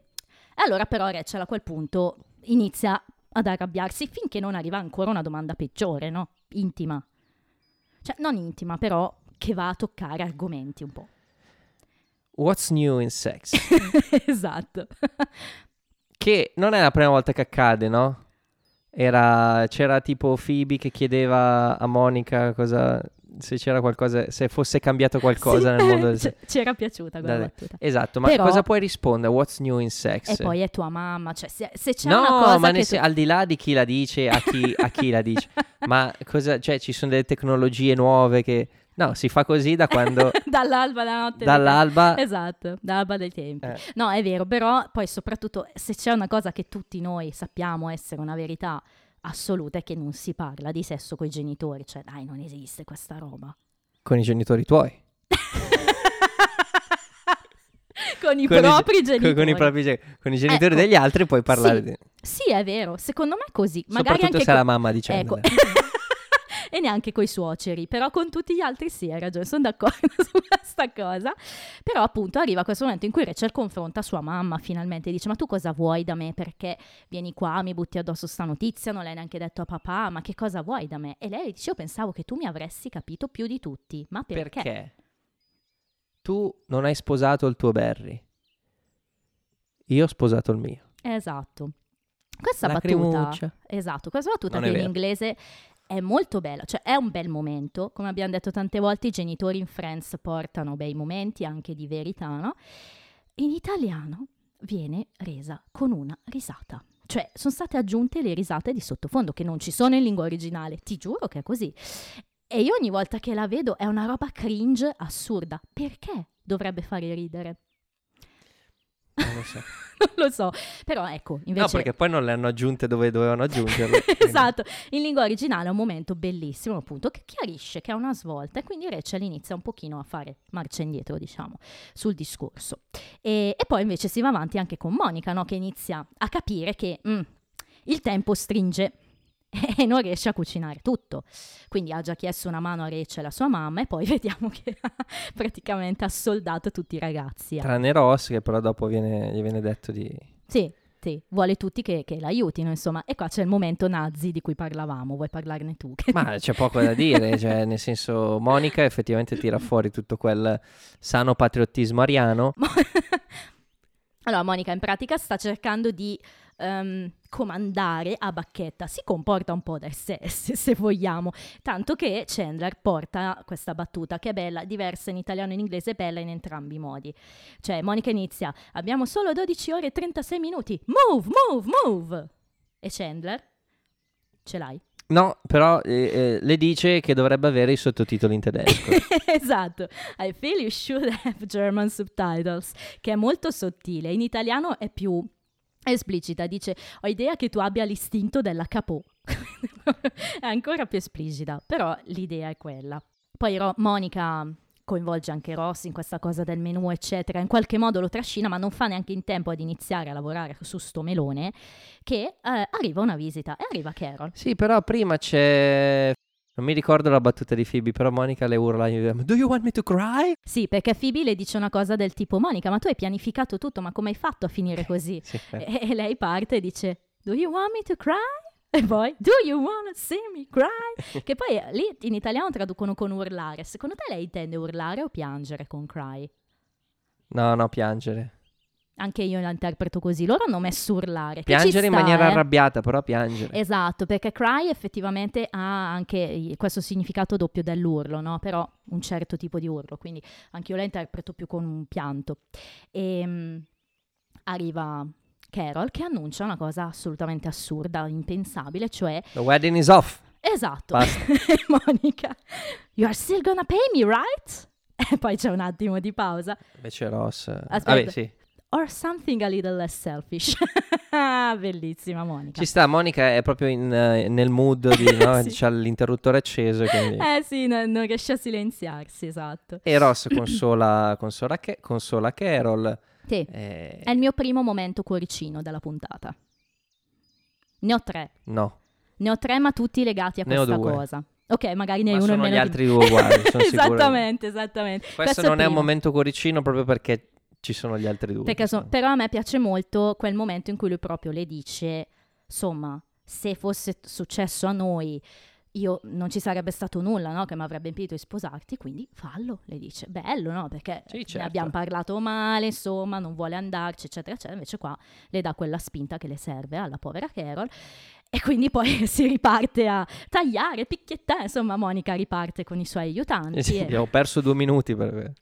Speaker 1: allora però Rachel a quel punto inizia ad arrabbiarsi finché non arriva ancora una domanda peggiore, no? Intima. Cioè, non intima, però che va a toccare argomenti un po'.
Speaker 2: What's new in sex?
Speaker 1: esatto.
Speaker 2: Che non è la prima volta che accade, no? Era, c'era tipo Phoebe che chiedeva a Monica cosa, se c'era qualcosa, se fosse cambiato qualcosa
Speaker 1: Sì,
Speaker 2: nel mondo del
Speaker 1: c- C'era piaciuta quella
Speaker 2: Dai,
Speaker 1: battuta.
Speaker 2: Esatto, ma
Speaker 1: Però-
Speaker 2: cosa puoi rispondere? What's new in sex?
Speaker 1: E poi è tua mamma, cioè se, se c'è
Speaker 2: no,
Speaker 1: una cosa
Speaker 2: ma
Speaker 1: che
Speaker 2: ne
Speaker 1: tu-
Speaker 2: se- al di là di chi la dice, a chi, a chi la dice. Ma cosa, cioè, ci sono delle tecnologie nuove che... No, si fa così da quando...
Speaker 1: dall'alba della notte dei
Speaker 2: dall'alba...
Speaker 1: tempi. Esatto, dall'alba dei tempi.
Speaker 2: Eh.
Speaker 1: No, è vero, però poi soprattutto se c'è una cosa che tutti noi sappiamo essere una verità assoluta è che non si parla di sesso coi genitori, cioè dai, non esiste questa roba.
Speaker 2: Con i genitori tuoi.
Speaker 1: con i
Speaker 2: Con i ge-
Speaker 1: propri
Speaker 2: Con-
Speaker 1: genitori.
Speaker 2: Con i propri genitori. Con i genitori
Speaker 1: Ecco.
Speaker 2: degli altri puoi parlare...
Speaker 1: Sì,
Speaker 2: di-
Speaker 1: Sì, è vero, secondo me è così, magari
Speaker 2: Soprattutto
Speaker 1: anche
Speaker 2: se Cioè, è
Speaker 1: co-
Speaker 2: la mamma dicendo.
Speaker 1: Ecco. e neanche coi suoceri, però con tutti gli altri sì, hai ragione, sono d'accordo su questa cosa. Però appunto arriva questo momento in cui Rachel confronta sua mamma finalmente, dice ma tu cosa vuoi da me? Perché vieni qua, mi butti addosso sta notizia, non l'hai neanche detto a papà, ma che cosa vuoi da me? E lei dice io pensavo che tu mi avresti capito più di tutti, ma perché?
Speaker 2: Perché tu non hai sposato il tuo Barry. Io ho sposato il mio.
Speaker 1: Esatto. Questa battuta...
Speaker 2: Lacrimuccia.
Speaker 1: Esatto, questa battuta
Speaker 2: Non
Speaker 1: che
Speaker 2: è
Speaker 1: in
Speaker 2: vero.
Speaker 1: inglese è molto bella, cioè è un bel momento, come abbiamo detto tante volte i genitori in Friends portano bei momenti anche di verità, no? In italiano viene resa con una risata. Cioè, sono state aggiunte le risate di sottofondo che non ci sono in lingua originale, ti giuro che è così. E io ogni volta che la vedo è una roba cringe assurda. Perché dovrebbe fare ridere?
Speaker 2: Non lo so.
Speaker 1: non lo so, però ecco, invece
Speaker 2: No, perché poi non le hanno aggiunte dove dovevano aggiungerle. quindi-
Speaker 1: esatto, in lingua originale è un momento bellissimo appunto che chiarisce che è una svolta e quindi Rachel inizia un pochino a fare marcia indietro diciamo sul discorso e, e poi invece si va avanti anche con Monica no, che inizia a capire che mm, il tempo stringe e non riesce a cucinare tutto quindi ha già chiesto una mano a Rachel a sua mamma e poi vediamo che ha praticamente assoldato tutti i ragazzi eh.
Speaker 2: Tranne Ross, che però dopo viene, gli viene detto di...
Speaker 1: sì, sì, vuole tutti che, che l'aiutino, insomma. E qua c'è il momento nazi di cui parlavamo, vuoi parlarne tu? Che-
Speaker 2: Ma c'è poco da dire, cioè, nel senso, Monica effettivamente tira fuori tutto quel sano patriottismo ariano.
Speaker 1: Allora, Monica in pratica sta cercando di ehm, comandare a bacchetta, si comporta un po' da SS, se vogliamo, tanto che Chandler porta questa battuta che è bella, diversa in italiano e in inglese, è bella in entrambi i modi. Cioè, Monica inizia, abbiamo solo 12 ore e 36 minuti, move, move, move! E Chandler, ce l'hai?
Speaker 2: No, però eh, eh, le dice che dovrebbe avere i sottotitoli in tedesco.
Speaker 1: esatto, I feel you should have German subtitles, che è molto sottile, in italiano è più esplicita, dice ho idea che tu abbia l'istinto della capò, è ancora più esplicita, però l'idea è quella. Poi Ro- Monica coinvolge anche Ross in questa cosa del menù, eccetera, in qualche modo lo trascina, ma non fa neanche in tempo ad iniziare a lavorare su sto melone, che eh, arriva una visita e arriva Carol.
Speaker 2: Sì, però prima c'è. Non mi ricordo la battuta di Phoebe, però Monica le urla. Do you want me to cry?
Speaker 1: Sì, perché Phoebe le dice una cosa del tipo Monica, ma tu hai pianificato tutto, ma come hai fatto a finire così?
Speaker 2: Sì, eh.
Speaker 1: E, e lei parte e dice Do you want me to cry? E poi Do you wanna see me cry? che poi eh, lì in italiano traducono con urlare. Secondo te lei intende urlare o piangere con cry?
Speaker 2: No, no, piangere.
Speaker 1: Anche io la interpreto così. Loro hanno messo urlare. che ci
Speaker 2: Piangere in
Speaker 1: sta,
Speaker 2: maniera
Speaker 1: eh.
Speaker 2: arrabbiata, però piangere.
Speaker 1: Esatto, perché cry effettivamente ha anche i- questo significato doppio dell'urlo, no? Però un certo tipo di urlo, quindi anche io la interpreto più con un pianto. E mm, arriva Carol che annuncia una cosa assolutamente assurda, impensabile, cioè
Speaker 2: The wedding is off.
Speaker 1: esatto,
Speaker 2: Basta.
Speaker 1: Monica, you are still gonna pay me, right? E poi c'è un attimo di pausa.
Speaker 2: Invece Ross. eh,
Speaker 1: Aspetta.
Speaker 2: Vabbè, sì.
Speaker 1: or something a little less selfish. Bellissima Monica.
Speaker 2: Ci sta, Monica è proprio in, eh, nel mood di, no?
Speaker 1: Sì.
Speaker 2: C'ha l'interruttore acceso, quindi...
Speaker 1: Eh sì, no- non riesce a silenziarsi, esatto.
Speaker 2: E Ross consola, consola, Ca- consola Carol.
Speaker 1: Sì,
Speaker 2: eh,
Speaker 1: è il mio primo momento cuoricino della puntata. Ne ho tre.
Speaker 2: No,
Speaker 1: Ne ho tre, ma tutti legati a
Speaker 2: Ne ho
Speaker 1: questa
Speaker 2: due.
Speaker 1: cosa. Ok, magari ne hai
Speaker 2: ma
Speaker 1: uno e meno
Speaker 2: sono gli
Speaker 1: di
Speaker 2: altri due uguali, sono sicuro.
Speaker 1: esattamente, esattamente.
Speaker 2: Questo,
Speaker 1: Questo è il
Speaker 2: non è un
Speaker 1: primo.
Speaker 2: momento cuoricino proprio perché ci sono gli altri due.
Speaker 1: Perché so-
Speaker 2: insomma.
Speaker 1: però a me piace molto quel momento in cui lui proprio le dice, insomma, se fosse successo a noi, io non ci sarebbe stato nulla no? che mi avrebbe impedito di sposarti, quindi fallo, le dice. Bello, no? Perché
Speaker 2: Sì,
Speaker 1: ne
Speaker 2: certo.
Speaker 1: abbiamo parlato male, insomma, non vuole andarci, eccetera, eccetera. Invece qua le dà quella spinta che le serve alla povera Carol. E quindi poi si riparte a tagliare, picchiettare, insomma Monica riparte con i suoi aiutanti.
Speaker 2: Eh sì,
Speaker 1: e-
Speaker 2: abbiamo perso due minuti per,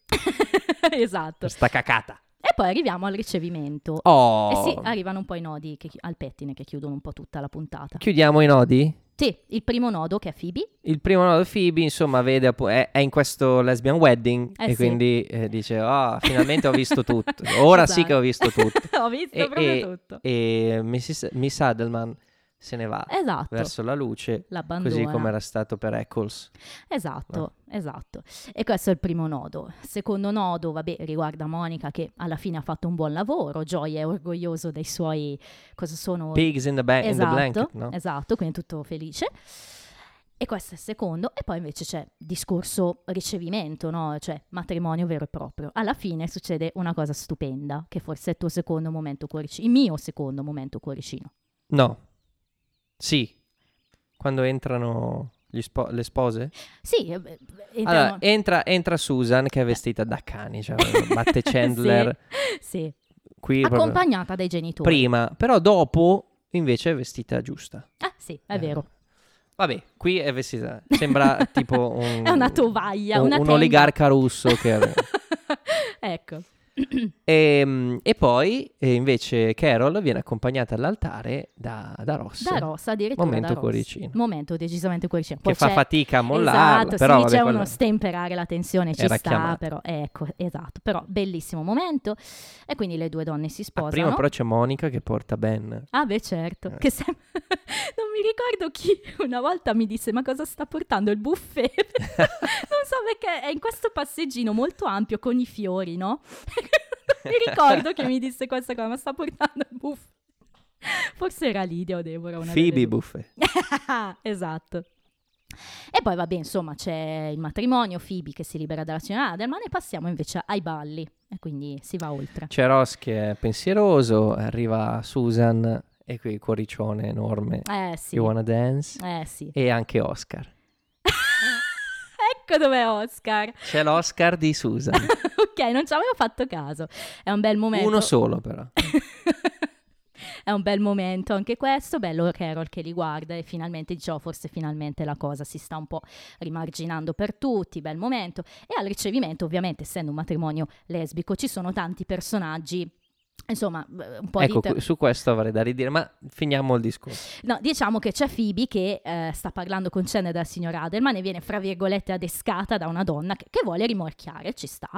Speaker 1: esatto.
Speaker 2: per sta cacata.
Speaker 1: E poi arriviamo al ricevimento.
Speaker 2: Oh!
Speaker 1: Eh sì, arrivano un po' i nodi che chi- al pettine che chiudono un po' tutta la puntata.
Speaker 2: Chiudiamo i nodi?
Speaker 1: Sì, il primo nodo che è Phoebe.
Speaker 2: Il primo nodo Phoebe, insomma, vede appu- è, è in questo lesbian wedding
Speaker 1: Eh
Speaker 2: e
Speaker 1: sì.
Speaker 2: quindi eh, dice, ah, finalmente ho visto tutto. Ora sì
Speaker 1: Esatto.
Speaker 2: che ho visto tutto.
Speaker 1: ho visto
Speaker 2: E-
Speaker 1: proprio tutto.
Speaker 2: E Mrs. Miss Adelman se ne va
Speaker 1: Esatto.
Speaker 2: verso la luce,
Speaker 1: L'abbandona.
Speaker 2: così come Ah. era stato per Eccles.
Speaker 1: Esatto, esatto. E questo è il primo nodo. Secondo nodo, vabbè, riguarda Monica che alla fine ha fatto un buon lavoro. Joy è orgoglioso dei suoi... cosa sono?
Speaker 2: Pigs in the, ba- in the
Speaker 1: esatto,
Speaker 2: blanket, no?
Speaker 1: esatto, quindi tutto felice. E questo è il secondo, e poi invece c'è discorso ricevimento, no? cioè matrimonio vero e proprio. Alla fine succede una cosa stupenda, che forse è il tuo secondo momento cuoricino, il mio secondo momento cuoricino.
Speaker 2: No. Sì. Quando entrano gli spo- le spose?
Speaker 1: Sì, eh, beh,
Speaker 2: Allora,
Speaker 1: entriamo-
Speaker 2: entra, entra Susan che è vestita da cani, cioè Matte Chandler
Speaker 1: sì,
Speaker 2: qui proprio-
Speaker 1: accompagnata dai genitori.
Speaker 2: prima, però dopo invece è vestita giusta.
Speaker 1: ah sì, è
Speaker 2: Eh,
Speaker 1: vero.
Speaker 2: Vabbè, qui è vestita, sembra tipo un,
Speaker 1: È una tovaglia,
Speaker 2: un,
Speaker 1: una
Speaker 2: un
Speaker 1: tenda.
Speaker 2: oligarca russo che
Speaker 1: ecco,
Speaker 2: E, Ehm, e poi e invece Carol viene accompagnata all'altare da, da Ross.
Speaker 1: da Ross addirittura
Speaker 2: Momento
Speaker 1: da Ross.
Speaker 2: cuoricino.
Speaker 1: Momento decisamente cuoricino.
Speaker 2: Che
Speaker 1: Poi
Speaker 2: fa
Speaker 1: c'è-
Speaker 2: fatica a mollarla,
Speaker 1: esatto,
Speaker 2: però
Speaker 1: sì,
Speaker 2: vabbè, Ah,
Speaker 1: c'è
Speaker 2: quello-
Speaker 1: uno stemperare la tensione, ci
Speaker 2: Era
Speaker 1: sta,
Speaker 2: chiamata.
Speaker 1: però ecco, esatto, però bellissimo momento e quindi le due donne si
Speaker 2: Ah,
Speaker 1: sposano.
Speaker 2: prima però c'è Monica che porta Ben.
Speaker 1: Ah beh certo,
Speaker 2: Eh.
Speaker 1: che sem- non mi ricordo chi una volta mi disse ma cosa sta portando il buffet? non so perché è in questo passeggino molto ampio con i fiori, no? mi ricordo che mi disse questa cosa, ma sta portando il buffet. Forse era Lidia o Deborah. Una delle
Speaker 2: Phoebe
Speaker 1: due.
Speaker 2: Buffet.
Speaker 1: esatto. E poi vabbè, insomma, c'è il matrimonio, Phoebe che si libera dalla signora Adelman e passiamo invece ai balli. E quindi si va oltre.
Speaker 2: C'è Ross che è pensieroso, arriva Susan e qui cuoricione enorme.
Speaker 1: Eh sì.
Speaker 2: You wanna dance?
Speaker 1: Eh sì.
Speaker 2: E anche Oscar.
Speaker 1: ecco dov'è Oscar.
Speaker 2: C'è l'Oscar di Susan.
Speaker 1: ok, non ci avevo fatto caso. È un bel momento.
Speaker 2: Uno solo però.
Speaker 1: È un bel momento anche questo, bello Carol che li guarda e finalmente dice, "Oh, forse finalmente la cosa si sta un po' rimarginando per tutti, bel momento. E al ricevimento, ovviamente, essendo un matrimonio lesbico, ci sono tanti personaggi, insomma, eh, un po' di...
Speaker 2: Ecco,
Speaker 1: inter-
Speaker 2: cu- su questo avrei da ridire, ma finiamo il discorso.
Speaker 1: No, diciamo che c'è Phoebe che eh, sta parlando con Chen e dal signor Adelman e viene, fra virgolette, adescata da una donna che, che vuole rimorchiare, ci sta,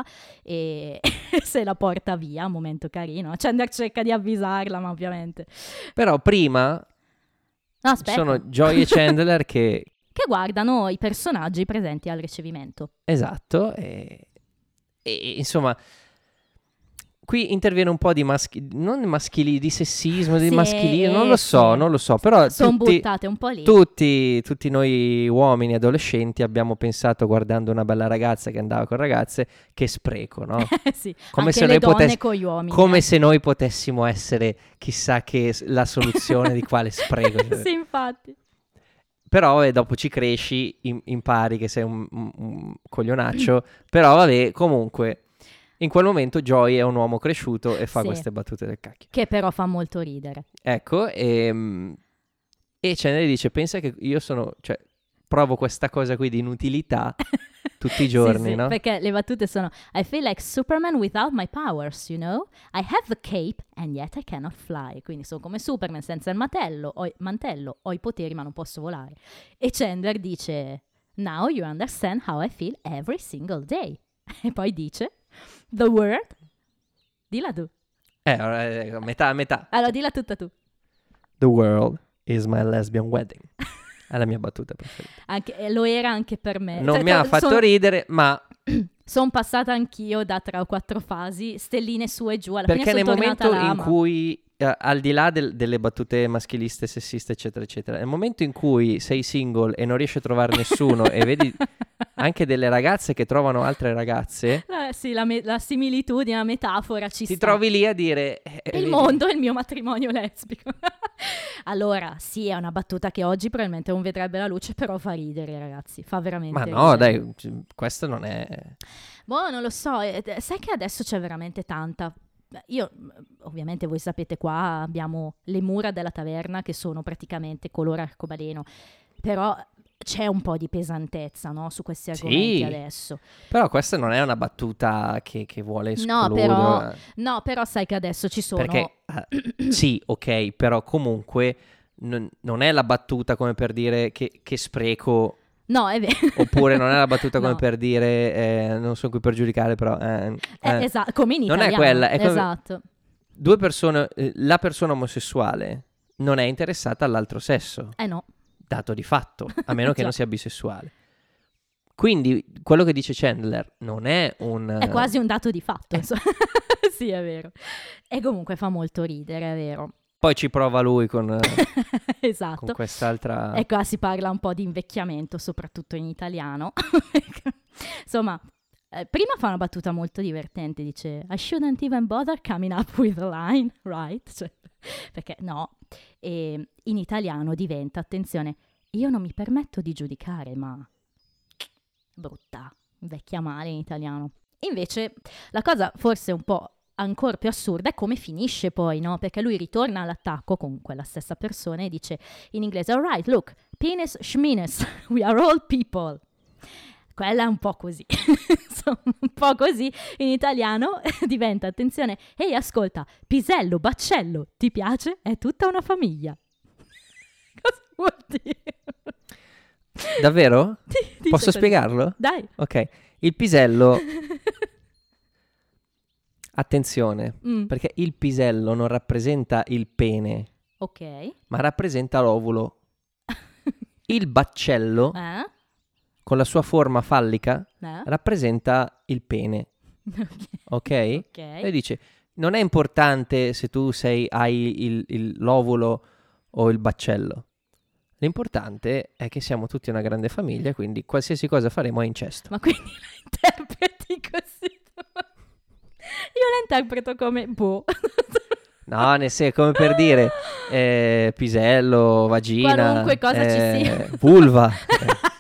Speaker 1: e se la porta via, momento carino. Chandler cerca di avvisarla, ma ovviamente...
Speaker 2: Però prima
Speaker 1: No, aspetta.
Speaker 2: sono Joy e Chandler che...
Speaker 1: che guardano i personaggi presenti al ricevimento.
Speaker 2: Esatto, e, e, insomma... Qui interviene un po' di maschi... non maschili, di sessismo, di
Speaker 1: Sì,
Speaker 2: maschilismo, non lo so,
Speaker 1: sì.
Speaker 2: non lo so, però
Speaker 1: Sono
Speaker 2: tutti,
Speaker 1: buttate un po' lì.
Speaker 2: tutti, tutti noi uomini adolescenti abbiamo pensato guardando una bella ragazza che andava con ragazze che spreco, no?
Speaker 1: sì,
Speaker 2: Come
Speaker 1: anche
Speaker 2: se
Speaker 1: le
Speaker 2: noi
Speaker 1: donne
Speaker 2: potess-
Speaker 1: con gli uomini. eh.
Speaker 2: Come se noi potessimo essere chissà che s- la soluzione di quale spreco. cioè.
Speaker 1: sì, infatti.
Speaker 2: Però eh, dopo ci cresci, im- impari che sei un, un- un coglionaccio. Però vabbè, comunque, in quel momento Joy è un uomo cresciuto e fa
Speaker 1: Sì.
Speaker 2: queste battute del cacchio.
Speaker 1: Che però fa molto ridere.
Speaker 2: Ecco, e, e Chandler dice, pensa che io sono, cioè, provo questa cosa qui di inutilità tutti i giorni,
Speaker 1: Sì, sì,
Speaker 2: no?
Speaker 1: Perché le battute sono I feel like Superman without my powers, you know? I have the cape and yet I cannot fly. Quindi sono come Superman senza il matello, ho i- mantello, ho i poteri ma non posso volare. E Chandler dice Now you understand how I feel every single day. E poi dice The word, dilla tu.
Speaker 2: Eh, eh, metà, metà.
Speaker 1: Allora, dilla tutta tu.
Speaker 2: The world is my lesbian wedding. È la mia battuta preferita.
Speaker 1: Anche- eh, lo era anche per me. Certo,
Speaker 2: Non mi ha fatto ridere, ma
Speaker 1: Sono passata anch'io da tre o quattro fasi, stelline su e giù. Alla
Speaker 2: perché
Speaker 1: fine
Speaker 2: nel
Speaker 1: sono tornata
Speaker 2: momento
Speaker 1: là,
Speaker 2: in
Speaker 1: ma-
Speaker 2: cui, eh, al di là del- delle battute maschiliste, sessiste, eccetera, eccetera, nel momento in cui sei single e non riesci a trovare nessuno e vedi anche delle ragazze che trovano altre ragazze,
Speaker 1: Eh, sì, la, me- la similitudine, la metafora ci
Speaker 2: ti
Speaker 1: sta.
Speaker 2: trovi lì a dire... eh, eh,
Speaker 1: Il
Speaker 2: vedi,
Speaker 1: mondo è il mio matrimonio lesbico. allora, sì, è una battuta che oggi probabilmente non vedrebbe la luce, però fa ridere, ragazzi. Fa veramente
Speaker 2: Ma
Speaker 1: ridere.
Speaker 2: no, dai, c- questo non è...
Speaker 1: Boh, non lo so, eh, d- sai che adesso c'è veramente tanta. Io, mh, ovviamente, voi sapete qua abbiamo le mura della taverna che sono praticamente color arcobaleno, però c'è un po' di pesantezza no, su questi
Speaker 2: Sì.
Speaker 1: argomenti adesso.
Speaker 2: Però questa non è una battuta che, che vuole escludere... eh,
Speaker 1: No, però- No, però sai che adesso ci sono...
Speaker 2: Perché eh, sì, ok, però comunque non, non è la battuta come per dire che, che spreco,
Speaker 1: No, è vero.
Speaker 2: oppure non è la battuta come
Speaker 1: No.
Speaker 2: per dire eh, non sono qui per giudicare, però... eh,
Speaker 1: Eh,
Speaker 2: eh.
Speaker 1: esatto, come in
Speaker 2: Non è
Speaker 1: italiano.
Speaker 2: quella, è come-
Speaker 1: Esatto.
Speaker 2: Due persone, eh, la persona omosessuale non è interessata all'altro sesso,
Speaker 1: Eh no.
Speaker 2: dato di fatto, a meno che
Speaker 1: Già.
Speaker 2: non sia bisessuale. Quindi quello che dice Chandler non è un...
Speaker 1: È quasi un dato di
Speaker 2: Eh.
Speaker 1: fatto, insomma. sì, è vero. E comunque fa molto ridere, è vero.
Speaker 2: Poi ci prova lui con, eh, con
Speaker 1: esatto.
Speaker 2: quest'altra...
Speaker 1: E qua si parla un po' di invecchiamento, soprattutto in italiano. Insomma, eh, prima fa una battuta molto divertente, dice I shouldn't even bother coming up with a line, right? Cioè, perché no. E in italiano diventa, attenzione, io non mi permetto di giudicare, ma brutta, vecchia male in italiano. Invece la cosa forse un po' ancora più assurda è come finisce poi, no? Perché lui ritorna all'attacco con quella stessa persona e dice in inglese, alright, look, penis, schmines, we are all people. Quella è un po' così, insomma, un po' così in italiano diventa, attenzione, ehi ascolta, pisello, baccello, ti piace? È tutta una famiglia. Cosa vuol dire?
Speaker 2: Davvero?
Speaker 1: Di- dice
Speaker 2: Posso
Speaker 1: così.
Speaker 2: spiegarlo?
Speaker 1: Dai.
Speaker 2: Ok, il pisello, attenzione,
Speaker 1: Mm,
Speaker 2: perché il pisello non rappresenta il pene,
Speaker 1: ok. Eh?
Speaker 2: ma rappresenta l'ovulo. Il baccello, con la sua forma fallica,
Speaker 1: Eh?
Speaker 2: rappresenta il pene, ok? E
Speaker 1: Ok.
Speaker 2: dice, non è importante se tu sei, hai il- il- l'ovulo o il baccello. L'importante è che siamo tutti una grande famiglia, quindi qualsiasi cosa faremo è incesto.
Speaker 1: Ma quindi la interpreti così? Io la interpreto come boh.
Speaker 2: No, nel senso, come per dire, eh, pisello, vagina,
Speaker 1: Qualunque cosa ci
Speaker 2: eh,
Speaker 1: sia.
Speaker 2: vulva. Eh,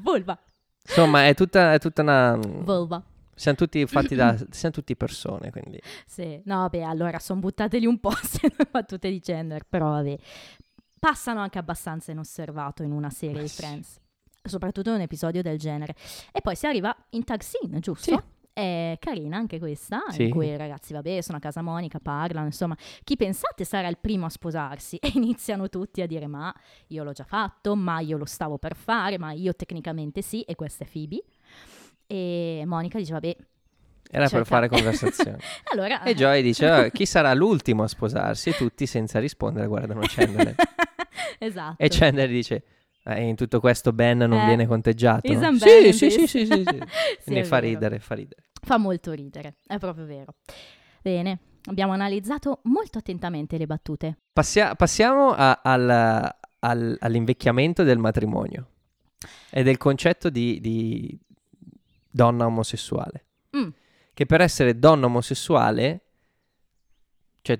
Speaker 1: Volva.
Speaker 2: Insomma, è tutta, è tutta una...
Speaker 1: Volva.
Speaker 2: Siamo tutti fatti da... Siamo tutti persone, quindi...
Speaker 1: Sì. No, beh, allora sono buttateli un po' se non battute di gender, però vabbè. Passano anche abbastanza inosservato in una serie
Speaker 2: Ma
Speaker 1: di
Speaker 2: sì.
Speaker 1: Friends. Soprattutto in un episodio del genere. E poi si arriva in tag scene, giusto?
Speaker 2: Sì.
Speaker 1: È carina anche questa,
Speaker 2: Sì.
Speaker 1: in cui i ragazzi, vabbè, sono a casa Monica, parlano, insomma, chi pensate sarà il primo a sposarsi? E iniziano tutti a dire, ma io l'ho già fatto, ma io lo stavo per fare, ma io tecnicamente sì, e questa è Phoebe. E Monica dice, vabbè...
Speaker 2: Era
Speaker 1: cerca-
Speaker 2: per fare conversazione.
Speaker 1: allora,
Speaker 2: e Joy dice, "Ah, chi sarà l'ultimo a sposarsi? E tutti, senza rispondere, guardano Chandler.
Speaker 1: esatto.
Speaker 2: e cioè, Chandler dice, "Eh, in tutto questo Ben non
Speaker 1: Eh,
Speaker 2: viene conteggiato?
Speaker 1: isn't
Speaker 2: no?"
Speaker 1: Ben
Speaker 2: Sì, sì,
Speaker 1: in
Speaker 2: sì,
Speaker 1: this?
Speaker 2: sì, sì, sì.
Speaker 1: Sì,
Speaker 2: Ne
Speaker 1: è
Speaker 2: fa
Speaker 1: vero.
Speaker 2: ridere, fa ridere.
Speaker 1: Fa molto ridere, è proprio vero. Bene, abbiamo analizzato molto attentamente le battute.
Speaker 2: Passia- passiamo a- al- al- all'invecchiamento del matrimonio e del concetto di, di donna omosessuale.
Speaker 1: Mm.
Speaker 2: Che per essere donna omosessuale, cioè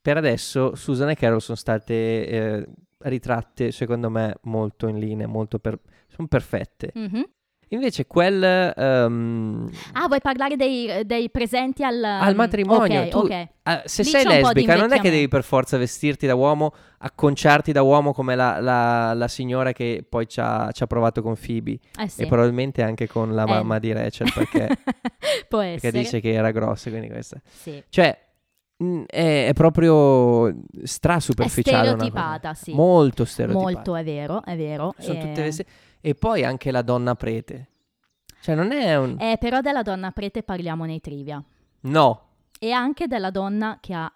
Speaker 2: per adesso Susan e Carol sono state eh, ritratte, secondo me, molto in linea, molto per- sono perfette.
Speaker 1: Mhm.
Speaker 2: Invece quel... ehm,
Speaker 1: Ah, vuoi parlare dei, dei presenti al,
Speaker 2: Al matrimonio,
Speaker 1: Ok, Eh,
Speaker 2: tu-
Speaker 1: ok.
Speaker 2: Ah, se
Speaker 1: Lì
Speaker 2: sei
Speaker 1: c'è un po' di
Speaker 2: lesbica, non è che
Speaker 1: invecchiamento.
Speaker 2: devi per forza vestirti da uomo, acconciarti da uomo come la, la- la signora che poi ci ha, ci ha provato con Phoebe
Speaker 1: Eh sì.
Speaker 2: e probabilmente anche con la
Speaker 1: Eh.
Speaker 2: mamma di Rachel perché,
Speaker 1: Può
Speaker 2: perché
Speaker 1: essere.
Speaker 2: dice che era grossa. Quindi questa.
Speaker 1: Sì.
Speaker 2: Cioè, mh, è, è proprio
Speaker 1: È
Speaker 2: strasuperficiale. una cosa.
Speaker 1: stereotipata, sì.
Speaker 2: Molto stereotipata.
Speaker 1: Molto, è vero, è vero.
Speaker 2: Sono
Speaker 1: Eh,
Speaker 2: tutte vesti- E poi anche la donna prete. Cioè, non è un...
Speaker 1: eh, però della donna prete parliamo nei trivia.
Speaker 2: No.
Speaker 1: e anche della donna che ha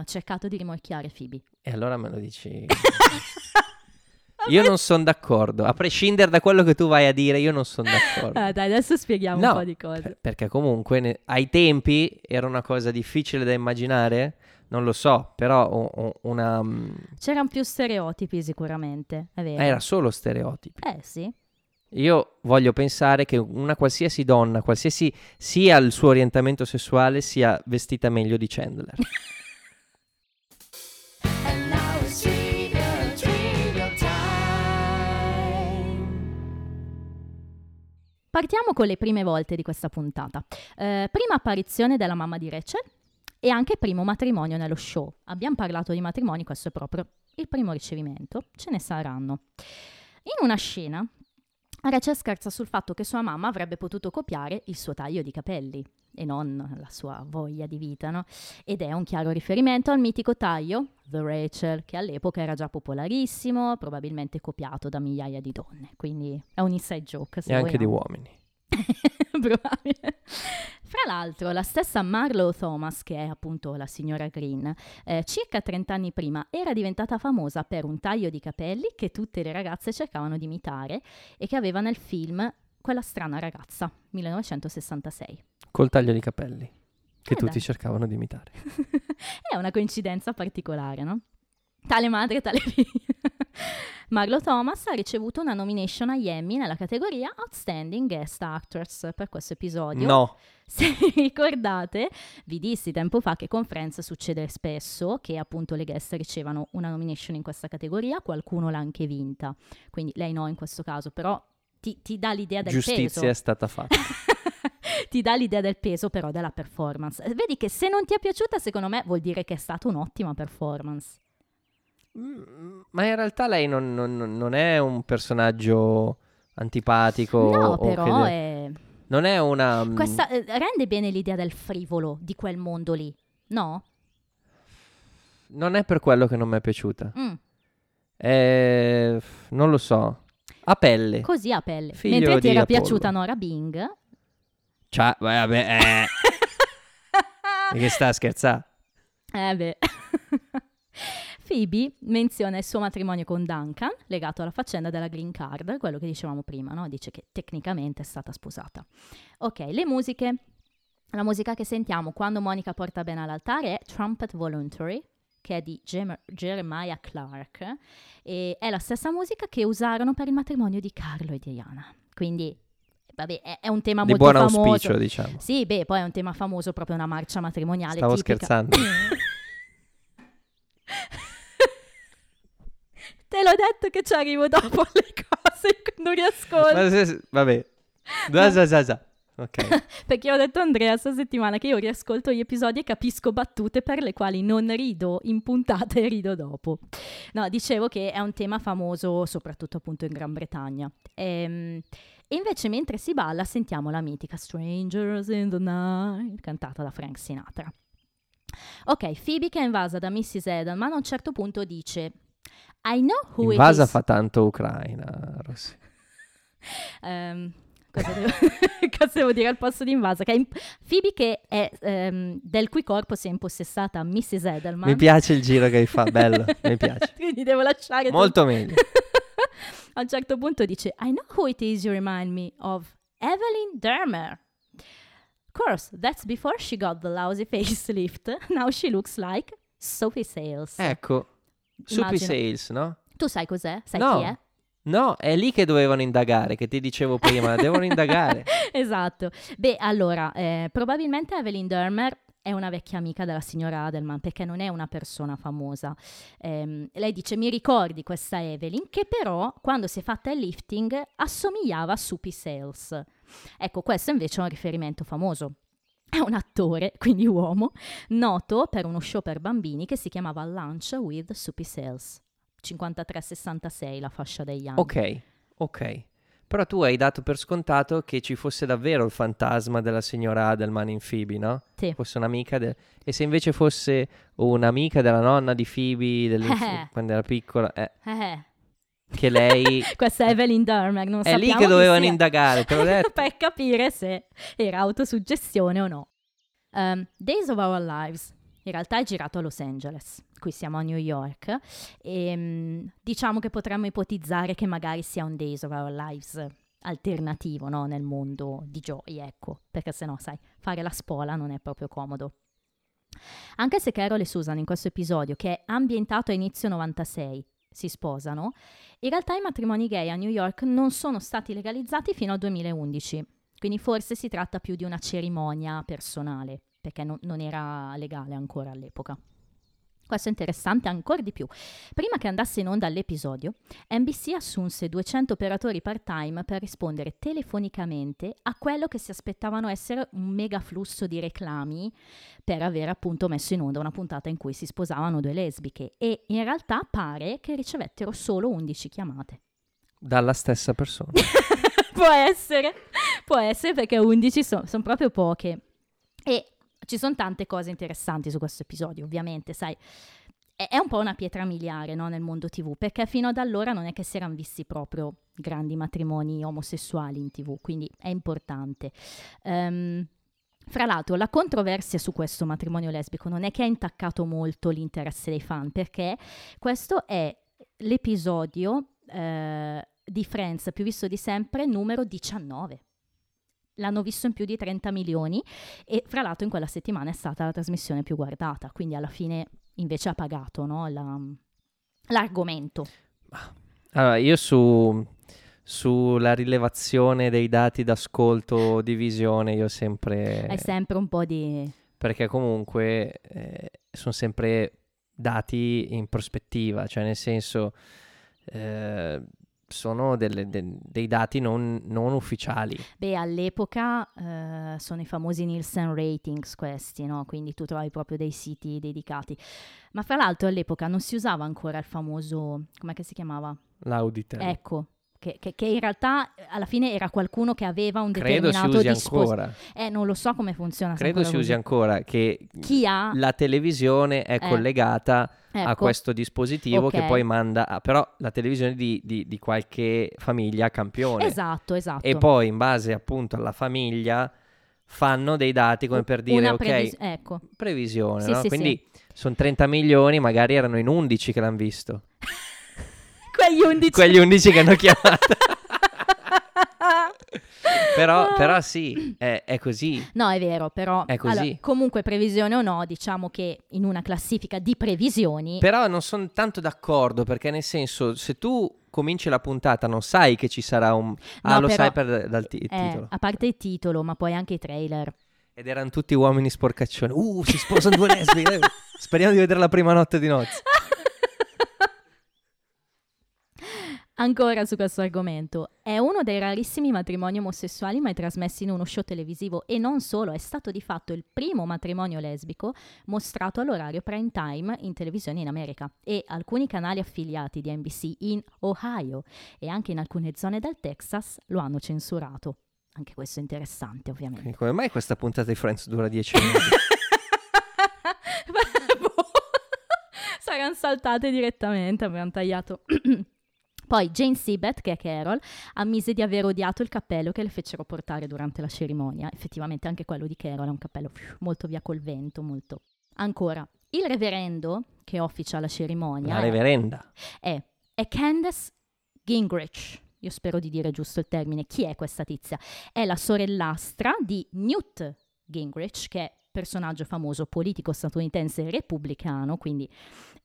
Speaker 1: eh, cercato di rimorchiare Phoebe.
Speaker 2: E allora me lo dici. Io non sono d'accordo, a prescindere da quello che tu vai a dire, io non sono d'accordo.
Speaker 1: Eh, dai, adesso spieghiamo
Speaker 2: No,
Speaker 1: un po' di cose.
Speaker 2: Per- perché comunque ne- ai tempi era una cosa difficile da immaginare, non lo so, però o- o- una... mm,
Speaker 1: C'erano più stereotipi sicuramente, è vero.
Speaker 2: era solo stereotipi.
Speaker 1: Eh sì,
Speaker 2: Io voglio pensare che una qualsiasi donna, qualsiasi sia il suo orientamento sessuale, sia vestita meglio di Chandler.
Speaker 3: And now it's trivial, trivial time.
Speaker 1: partiamo con le prime volte di questa puntata. Eh, prima apparizione della mamma di Rachel e anche primo matrimonio nello show. Abbiamo parlato di matrimoni, questo è proprio il primo ricevimento, ce ne saranno. In una scena, Rachel scherza sul fatto che sua mamma avrebbe potuto copiare il suo taglio di capelli e non la sua voglia di vita, no? Ed è un chiaro riferimento al mitico taglio The Rachel, che all'epoca era già popolarissimo, probabilmente copiato da migliaia di donne. Quindi è un inside joke. se
Speaker 2: e anche di
Speaker 1: vogliamo.
Speaker 2: uomini.
Speaker 1: Probabile. Fra l'altro, la stessa Marlowe Thomas, che è appunto la signora Green, eh, circa 30 anni prima era diventata famosa per un taglio di capelli che tutte le ragazze cercavano di imitare e che aveva nel film Quella strana ragazza, 1966.
Speaker 2: Col taglio di capelli, che
Speaker 1: Eh,
Speaker 2: tutti
Speaker 1: dai.
Speaker 2: cercavano di imitare.
Speaker 1: è una coincidenza particolare, no? Tale madre, tale figlia. Marlo Thomas ha ricevuto una nomination agli Emmy nella categoria Outstanding Guest Actress per questo episodio.
Speaker 2: No,
Speaker 1: Se vi ricordate, vi dissi tempo fa che con Friends succede spesso che appunto le guest ricevano una nomination in questa categoria, qualcuno l'ha anche vinta, quindi lei no in questo caso, però ti, ti dà l'idea del
Speaker 2: giustizia è
Speaker 1: peso.
Speaker 2: stata fatta.
Speaker 1: ti dà l'idea del peso però della performance. Eh, Vedi che se non ti è piaciuta, secondo me vuol dire che è stata un'ottima performance.
Speaker 2: Mm, Ma in realtà lei non, non- non è un personaggio antipatico. o-
Speaker 1: no,
Speaker 2: o
Speaker 1: però
Speaker 2: che-
Speaker 1: è-
Speaker 2: Non è una... mm,
Speaker 1: questa, eh, rende bene l'idea del frivolo di quel mondo lì, no?
Speaker 2: Non è per quello che non mi è piaciuta.
Speaker 1: Mm,
Speaker 2: È- f- Non lo so. A pelle.
Speaker 1: così a pelle.
Speaker 2: Figlio
Speaker 1: Mentre ti
Speaker 2: di
Speaker 1: era
Speaker 2: Apollo.
Speaker 1: piaciuta Nora Bing,
Speaker 2: Ciao, Cioè, vabbè, eh, e che sta a scherzare.
Speaker 1: Eh beh. Phoebe menziona il suo matrimonio con Duncan, legato alla faccenda della green card, quello che dicevamo prima, no? Dice che tecnicamente è stata sposata. Ok, le musiche. La musica che sentiamo quando Monica porta bene all'altare è Trumpet Voluntary, che è di Jem- Jeremiah Clark, e è la stessa musica che usarono per il matrimonio di Carlo e Diana. Quindi, vabbè, è, è un tema
Speaker 2: Di
Speaker 1: molto
Speaker 2: buon
Speaker 1: famoso.
Speaker 2: auspicio, diciamo.
Speaker 1: Sì, beh, poi è un tema famoso, proprio una marcia matrimoniale
Speaker 2: Stavo
Speaker 1: tipica.
Speaker 2: scherzando.
Speaker 1: Te l'ho detto che ci arrivo dopo le cose, non riascolto.
Speaker 2: Ma se- vabbè. Da, za, za, za. Ok.
Speaker 1: Perché ho detto a Andrea questa settimana che io riascolto gli episodi e capisco battute per le quali non rido in puntata e rido dopo. No, dicevo che è un tema famoso soprattutto appunto in Gran Bretagna. Ehm, E invece mentre si balla sentiamo la mitica Strangers in the Night cantata da Frank Sinatra. Ok, Phoebe che è invasa da Mrs. Edelman a un certo punto dice I know who
Speaker 2: Invasa
Speaker 1: it is.
Speaker 2: fa tanto Ucraina, Rossi.
Speaker 1: Ehm, cosa, devo, cosa devo dire al posto di invasa? Che è imp- Phoebe che è, ehm, del cui corpo si è impossessata Mrs. Edelman.
Speaker 2: Mi piace il giro che fa, bello, mi piace.
Speaker 1: Quindi devo lasciare
Speaker 2: Molto meglio.
Speaker 1: a un certo punto dice I know who it is you remind me of Evelyn Dermer Of course that's before she got the lousy facelift now she looks like Sophie Sales
Speaker 2: Ecco, Supi
Speaker 1: Immagino.
Speaker 2: Sales, no?
Speaker 1: tu sai cos'è? sai
Speaker 2: no.
Speaker 1: chi è?
Speaker 2: No, è lì che dovevano indagare, che ti dicevo prima, devono indagare.
Speaker 1: esatto. Beh, allora, eh, probabilmente Evelyn Dermer è una vecchia amica della signora Adelman perché non è una persona famosa. Ehm, lei dice: Mi ricordi questa Evelyn, che però quando si è fatta il lifting assomigliava a Soupy Sales. Ecco, questo invece è un riferimento famoso. È un attore, quindi uomo, noto per uno show per bambini che si chiamava Lunch with Soupy Sales. 53-66 la fascia degli anni.
Speaker 2: Ok, ok. Però tu hai dato per scontato che ci fosse davvero il fantasma della signora Adelman in Phoebe, no?
Speaker 1: Sì.
Speaker 2: Fosse un'amica del- E se invece fosse un'amica della nonna di Phoebe dell'inf-
Speaker 1: Eh.
Speaker 2: quando era piccola, eh,
Speaker 1: Eh.
Speaker 2: che lei...
Speaker 1: Questa è Evelyn Dermer, non
Speaker 2: è
Speaker 1: sappiamo
Speaker 2: lì
Speaker 1: chi
Speaker 2: che dovevano
Speaker 1: sia.
Speaker 2: indagare, te l'ho detto.
Speaker 1: per capire se era autosuggestione o no. Ehm, Days of Our Lives. In realtà è girato a Los Angeles, qui siamo a New York, e mm, diciamo che potremmo ipotizzare che magari sia un Days of Our Lives alternativo no? nel mondo di Joy, ecco, perché sennò, sai, fare la spola non è proprio comodo. Anche se Carol e Susan in questo episodio, che è ambientato a inizio 96, si sposano, in realtà i matrimoni gay a New York non sono stati legalizzati fino al 2011, quindi forse si tratta più di una cerimonia personale, perché non- non era legale ancora all'epoca. Questo è interessante ancora di più. Prima che andasse in onda l'episodio, NBC assunse 200 operatori part-time per rispondere telefonicamente a quello che si aspettavano essere un mega flusso di reclami per aver appunto messo in onda una puntata in cui si sposavano due lesbiche e in realtà pare che ricevettero solo 11 chiamate.
Speaker 2: Dalla stessa persona.
Speaker 1: può essere, può essere perché 11 sono proprio poche. E ci sono tante cose interessanti su questo episodio, ovviamente, sai. È è un po' una pietra miliare no, nel mondo TV, perché fino ad allora non è che si erano visti proprio grandi matrimoni omosessuali in TV, quindi è importante. Ehm, fra l'altro, la controversia su questo matrimonio lesbico non è che ha intaccato molto l'interesse dei fan, perché questo è l'episodio eh, di Friends più visto di sempre, numero 19. L'hanno visto in più di 30 milioni e fra l'altro in quella settimana è stata la trasmissione più guardata, quindi alla fine invece ha pagato no, la- l'argomento.
Speaker 2: Allora, io su, sulla rilevazione dei dati d'ascolto di visione, io sempre...
Speaker 1: È sempre un po' di...
Speaker 2: perché comunque eh, sono sempre dati in prospettiva, cioè nel senso eh, sono delle- de- dei dati non, non ufficiali.
Speaker 1: Beh, all'epoca eh, sono i famosi Nielsen Ratings questi, no? quindi tu trovi proprio dei siti dedicati. Ma fra l'altro all'epoca non si usava ancora il famoso, com'è che si chiamava?
Speaker 2: L'auditor.
Speaker 1: Ecco, che, che- che in realtà eh, alla fine era qualcuno che aveva un
Speaker 2: Credo si
Speaker 1: determinato
Speaker 2: usi
Speaker 1: disposi-
Speaker 2: ancora.
Speaker 1: Eh, non lo so come funziona. se
Speaker 2: Credo
Speaker 1: ancora
Speaker 2: si usi
Speaker 1: usi-
Speaker 2: ancora che
Speaker 1: Chi ha...
Speaker 2: la televisione è
Speaker 1: Eh.
Speaker 2: collegata a
Speaker 1: ecco,
Speaker 2: questo dispositivo
Speaker 1: Ok.
Speaker 2: che poi manda, a- però la televisione di, di- di qualche famiglia a campione.
Speaker 1: Esatto, esatto.
Speaker 2: E poi in base appunto alla famiglia fanno dei dati come per dire
Speaker 1: Una
Speaker 2: ok,
Speaker 1: previs- Ecco,
Speaker 2: previsione,
Speaker 1: Sì,
Speaker 2: no?
Speaker 1: sì,
Speaker 2: quindi sono 30 milioni, magari erano in 11 che l'hanno visto.
Speaker 1: quegli 11...
Speaker 2: Quegli 11 che hanno chiamato.
Speaker 1: Ah.
Speaker 2: però, però sì, è, è così.
Speaker 1: No, è vero, però...
Speaker 2: È così.
Speaker 1: allora, comunque, previsione o no, diciamo che in una classifica di previsioni...
Speaker 2: Però non sono tanto d'accordo perché nel senso se tu cominci la puntata non sai che ci sarà un... ah, lo
Speaker 1: però-
Speaker 2: sai per, dal ti- il
Speaker 1: eh,
Speaker 2: titolo.
Speaker 1: a parte il titolo, ma poi anche i trailer.
Speaker 2: Ed erano tutti uomini sporcaccioni. Uh, si sposano due lesbiche. eh. Speriamo di vedere la prima notte di nozze.
Speaker 1: Ancora su questo argomento, è uno dei rarissimi matrimoni omosessuali mai trasmessi in uno show televisivo e non solo, è stato di fatto il primo matrimonio lesbico mostrato all'orario prime time in televisione in America e alcuni canali affiliati di NBC in Ohio e anche in alcune zone del Texas lo hanno censurato. Anche questo è interessante, ovviamente.
Speaker 2: Quindi come mai questa puntata di Friends dura 10 minuti?
Speaker 1: Boh. Saranno saltate direttamente, abbiamo tagliato. Poi Jane Seabeth, che è Carol, ammise di aver odiato il cappello che le fecero portare durante la cerimonia. Effettivamente anche quello di Carol è un cappello fiu, molto via col vento, molto... Ancora, il reverendo che officia la cerimonia...
Speaker 2: La
Speaker 1: è-
Speaker 2: reverenda.
Speaker 1: è, è Candace Gingrich. Io spero di dire giusto il termine. Chi è questa tizia? È la sorellastra di Newt Gingrich, che è personaggio famoso politico statunitense repubblicano, quindi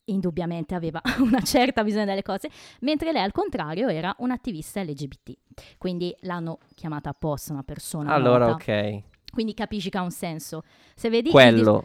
Speaker 1: indubbiamente aveva una certa visione delle cose, mentre lei al contrario era un'attivista LGBT. Quindi l'hanno chiamata apposta una persona.
Speaker 2: allora,
Speaker 1: nota.
Speaker 2: ok.
Speaker 1: Quindi capisci che ha un senso. Se vedi, il dis-
Speaker 2: Quello.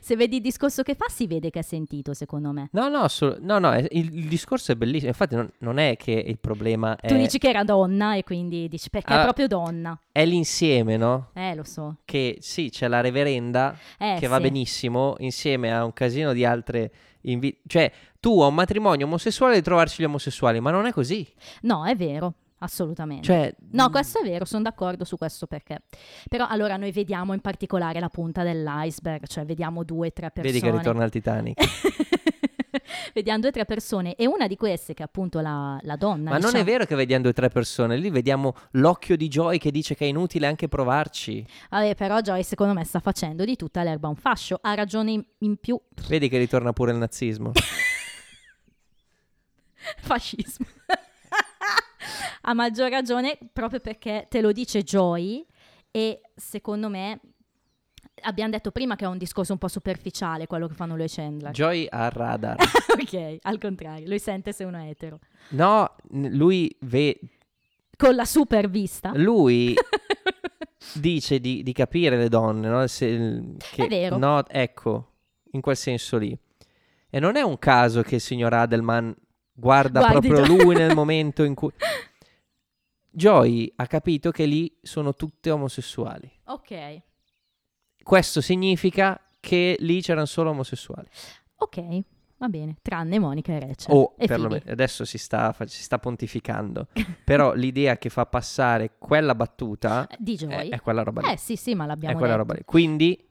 Speaker 1: se vedi il discorso che fa, si vede che è sentito, secondo me.
Speaker 2: No, no, assolut- no, no, eh, il, il discorso è bellissimo. Infatti, non, non è che il problema è,
Speaker 1: Tu dici che era donna e quindi dici perché è
Speaker 2: Eh, Ah.
Speaker 1: proprio donna.
Speaker 2: è l'insieme, no?
Speaker 1: Eh, lo so.
Speaker 2: Che sì, c'è la reverenda
Speaker 1: Eh,
Speaker 2: che va
Speaker 1: sì.
Speaker 2: benissimo insieme a un casino di altre invi- Cioè, tu a un matrimonio omosessuale devi trovarci gli omosessuali, ma non è così.
Speaker 1: No, è vero, assolutamente.
Speaker 2: Cioè,
Speaker 1: No,
Speaker 2: mh,
Speaker 1: questo è vero, sono d'accordo su questo perché. Però allora noi vediamo in particolare la punta dell'iceberg, cioè vediamo due, tre persone.
Speaker 2: vedi che ritorna il Titanic.
Speaker 1: vediamo due o tre persone e una di queste che è appunto la, la donna.
Speaker 2: Ma non
Speaker 1: diciamo.
Speaker 2: è vero che vediamo due o tre persone, lì vediamo l'occhio di Joy che dice che è inutile anche provarci.
Speaker 1: Vabbè, però Joy secondo me sta facendo di tutta l'erba un fascio, ha ragione in- in più.
Speaker 2: Vedi che ritorna pure il nazismo.
Speaker 1: Fascismo. ha maggior ragione proprio perché te lo dice Joy e secondo me abbiamo detto prima che è un discorso un po' superficiale quello che fanno lui e Chandler.
Speaker 2: Joy ha il radar.
Speaker 1: ok, al contrario, lui sente se uno è etero.
Speaker 2: No, n- lui, ve-
Speaker 1: Con la super vista.
Speaker 2: lui dice di, di capire le donne, no? Se- che-
Speaker 1: È vero.
Speaker 2: No, ecco, in quel senso lì. E non è un caso che il signor Adelman guarda
Speaker 1: Guardi
Speaker 2: proprio
Speaker 1: Joy.
Speaker 2: lui nel momento in cui... Joy ha capito che lì sono tutte omosessuali.
Speaker 1: ok,
Speaker 2: Questo significa che lì c'erano solo omosessuali.
Speaker 1: ok, va bene, tranne Monica e Rachel.
Speaker 2: o
Speaker 1: e
Speaker 2: perlomeno
Speaker 1: Phoebe.
Speaker 2: adesso si sta, fa- si sta pontificando. Però l'idea che fa passare quella battuta
Speaker 1: Eh, Di
Speaker 2: è,
Speaker 1: Joy.
Speaker 2: è quella roba lì.
Speaker 1: Eh sì, sì, ma
Speaker 2: è
Speaker 1: l'abbiamo
Speaker 2: quella
Speaker 1: detto.
Speaker 2: roba lì. Quindi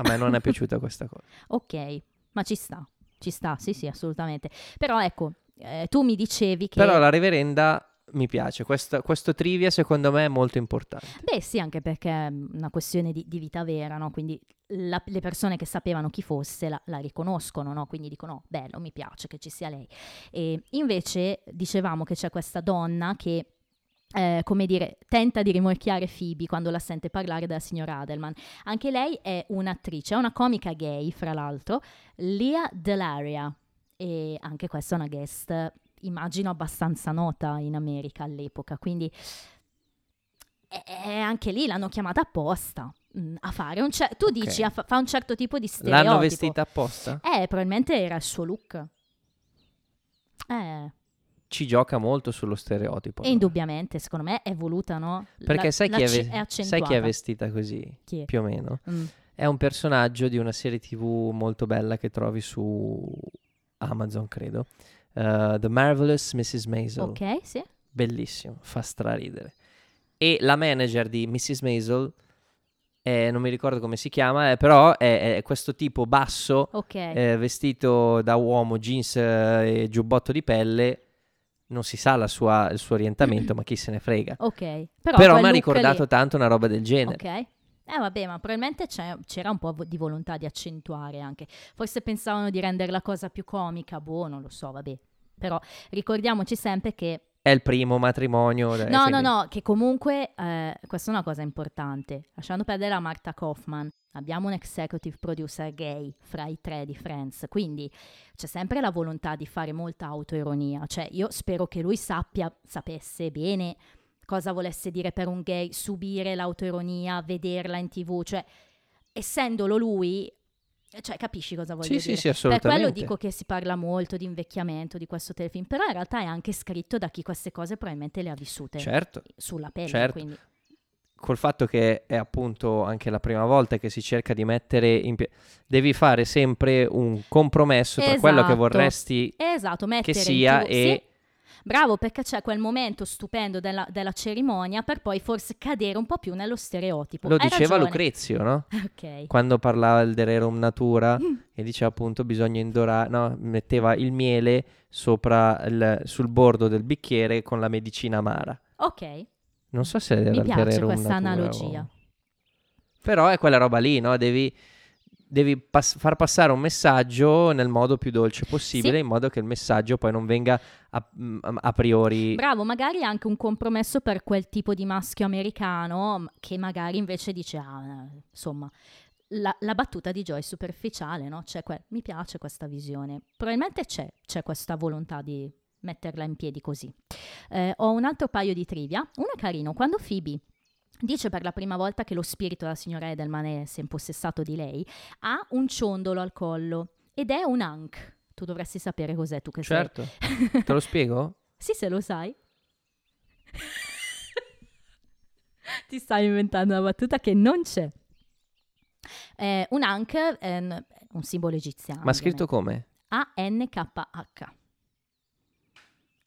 Speaker 2: a me non è piaciuta questa cosa.
Speaker 1: Ok, ma ci sta, ci sta, sì, sì, assolutamente. Però ecco, eh, tu mi dicevi che...
Speaker 2: Però la reverenda mi piace. Questa- questo trivia secondo me è molto importante.
Speaker 1: Beh sì, anche perché è una questione di, di vita vera, no? Quindi la- le persone che sapevano chi fosse la, la riconoscono, no? Quindi dicono, "Oh, bello, mi piace che ci sia lei. E invece dicevamo che c'è questa donna che... eh, come dire, tenta di rimorchiare Phoebe quando la sente parlare della signora Adelman. Anche lei è un'attrice, è una comica gay, fra l'altro, Lia Delaria. E anche questa è una guest, immagino, abbastanza nota in America all'epoca. Quindi e- e anche lì l'hanno chiamata apposta mm, a fare un certo... Tu
Speaker 2: Ok.
Speaker 1: dici, a fa-, fa un certo tipo di stereotipo.
Speaker 2: L'hanno vestita apposta?
Speaker 1: Eh, probabilmente era il suo look. Eh,
Speaker 2: Ci gioca molto sullo stereotipo.
Speaker 1: e
Speaker 2: allora.
Speaker 1: indubbiamente, secondo me, è voluta, no?
Speaker 2: Perché
Speaker 1: La-
Speaker 2: sai,
Speaker 1: la
Speaker 2: chi è
Speaker 1: c-
Speaker 2: ve-
Speaker 1: è
Speaker 2: sai chi
Speaker 1: accentuata.
Speaker 2: è vestita così?
Speaker 1: Chi è?
Speaker 2: Più o meno.
Speaker 1: Mm.
Speaker 2: È un personaggio di una serie TV molto bella che trovi su Amazon, credo. Eh, The Marvelous Mrs. Maisel.
Speaker 1: Ok, sì.
Speaker 2: Bellissimo, fa straridere. E la manager di Mrs. Maisel, eh, non mi ricordo come si chiama, eh, però è, è questo tipo basso,
Speaker 1: Ok.
Speaker 2: eh, vestito da uomo, jeans eh, e giubbotto di pelle. Non si sa la sua- il suo orientamento, ma chi se ne frega.
Speaker 1: Ok, però,
Speaker 2: Però
Speaker 1: quel
Speaker 2: mi ha
Speaker 1: look
Speaker 2: ricordato
Speaker 1: lì-
Speaker 2: tanto una roba del genere.
Speaker 1: Ok. Eh vabbè, ma probabilmente c'è- c'era un po' vo- di volontà di accentuare anche. Forse pensavano di rendere la cosa più comica, boh, non lo so, vabbè. Però ricordiamoci sempre che
Speaker 2: È il primo matrimonio. eh,
Speaker 1: No, no,
Speaker 2: quindi-
Speaker 1: no, che comunque eh, questa è una cosa importante. Lasciando perdere la Marta Kaufman, abbiamo un executive producer gay fra i tre di Friends, quindi c'è sempre la volontà di fare molta autoironia. Cioè, io spero che lui sappia, sapesse bene cosa volesse dire per un gay subire l'autoironia, vederla in tv, cioè essendolo lui, cioè capisci cosa voglio
Speaker 2: Sì,
Speaker 1: dire?
Speaker 2: sì, sì,
Speaker 1: Per
Speaker 2: assolutamente.
Speaker 1: quello dico che si parla molto di invecchiamento di questo telefilm, però in realtà è anche scritto da chi queste cose probabilmente le ha vissute
Speaker 2: Certo.
Speaker 1: sulla pelle.
Speaker 2: Certo.
Speaker 1: Quindi.
Speaker 2: col fatto che è appunto anche la prima volta che si cerca di mettere in piedi, devi fare sempre un compromesso tra quello che
Speaker 1: Esatto.
Speaker 2: vorresti
Speaker 1: Esatto, mettere
Speaker 2: che
Speaker 1: in
Speaker 2: sia
Speaker 1: TV
Speaker 2: e
Speaker 1: sì. Bravo, perché c'è quel momento stupendo della, della cerimonia per poi forse cadere un po' più nello stereotipo.
Speaker 2: lo
Speaker 1: Hai
Speaker 2: diceva
Speaker 1: ragione.
Speaker 2: Lucrezio, no?
Speaker 1: Ok.
Speaker 2: Quando parlava del De Rerum Natura
Speaker 1: Mm.
Speaker 2: e diceva appunto bisogna indorare, no, metteva il miele sopra il- sul bordo del bicchiere con la medicina amara.
Speaker 1: Ok,
Speaker 2: Non so se era
Speaker 1: mi
Speaker 2: il De
Speaker 1: piace
Speaker 2: Rerum
Speaker 1: questa
Speaker 2: Natura o-
Speaker 1: analogia.
Speaker 2: Però è quella roba lì, no? Devi, devi pass- far passare un messaggio nel modo più dolce possibile,
Speaker 1: Sì.
Speaker 2: in modo che il messaggio poi non venga a, m- a priori.
Speaker 1: Bravo, magari anche un compromesso per quel tipo di maschio americano m- che magari invece dice, ah, eh, insomma, la, la battuta di Joy è superficiale, no? C'è que- mi piace questa visione. Probabilmente c'è, c'è questa volontà di metterla in piedi così. Eh, ho un altro paio di trivia. Una carino, quando Phoebe dice per la prima volta che lo spirito della signora Edelman è, si è impossessato di lei, ha un ciondolo al collo ed è un ank. Tu dovresti sapere cos'è, tu che sei
Speaker 2: certo, te lo spiego?
Speaker 1: sì, se lo sai. Ti stai inventando una battuta che non c'è. Eh, un ank è n- un simbolo egiziano.
Speaker 2: Ma scritto come?
Speaker 1: ovviamente. A-N-K-H.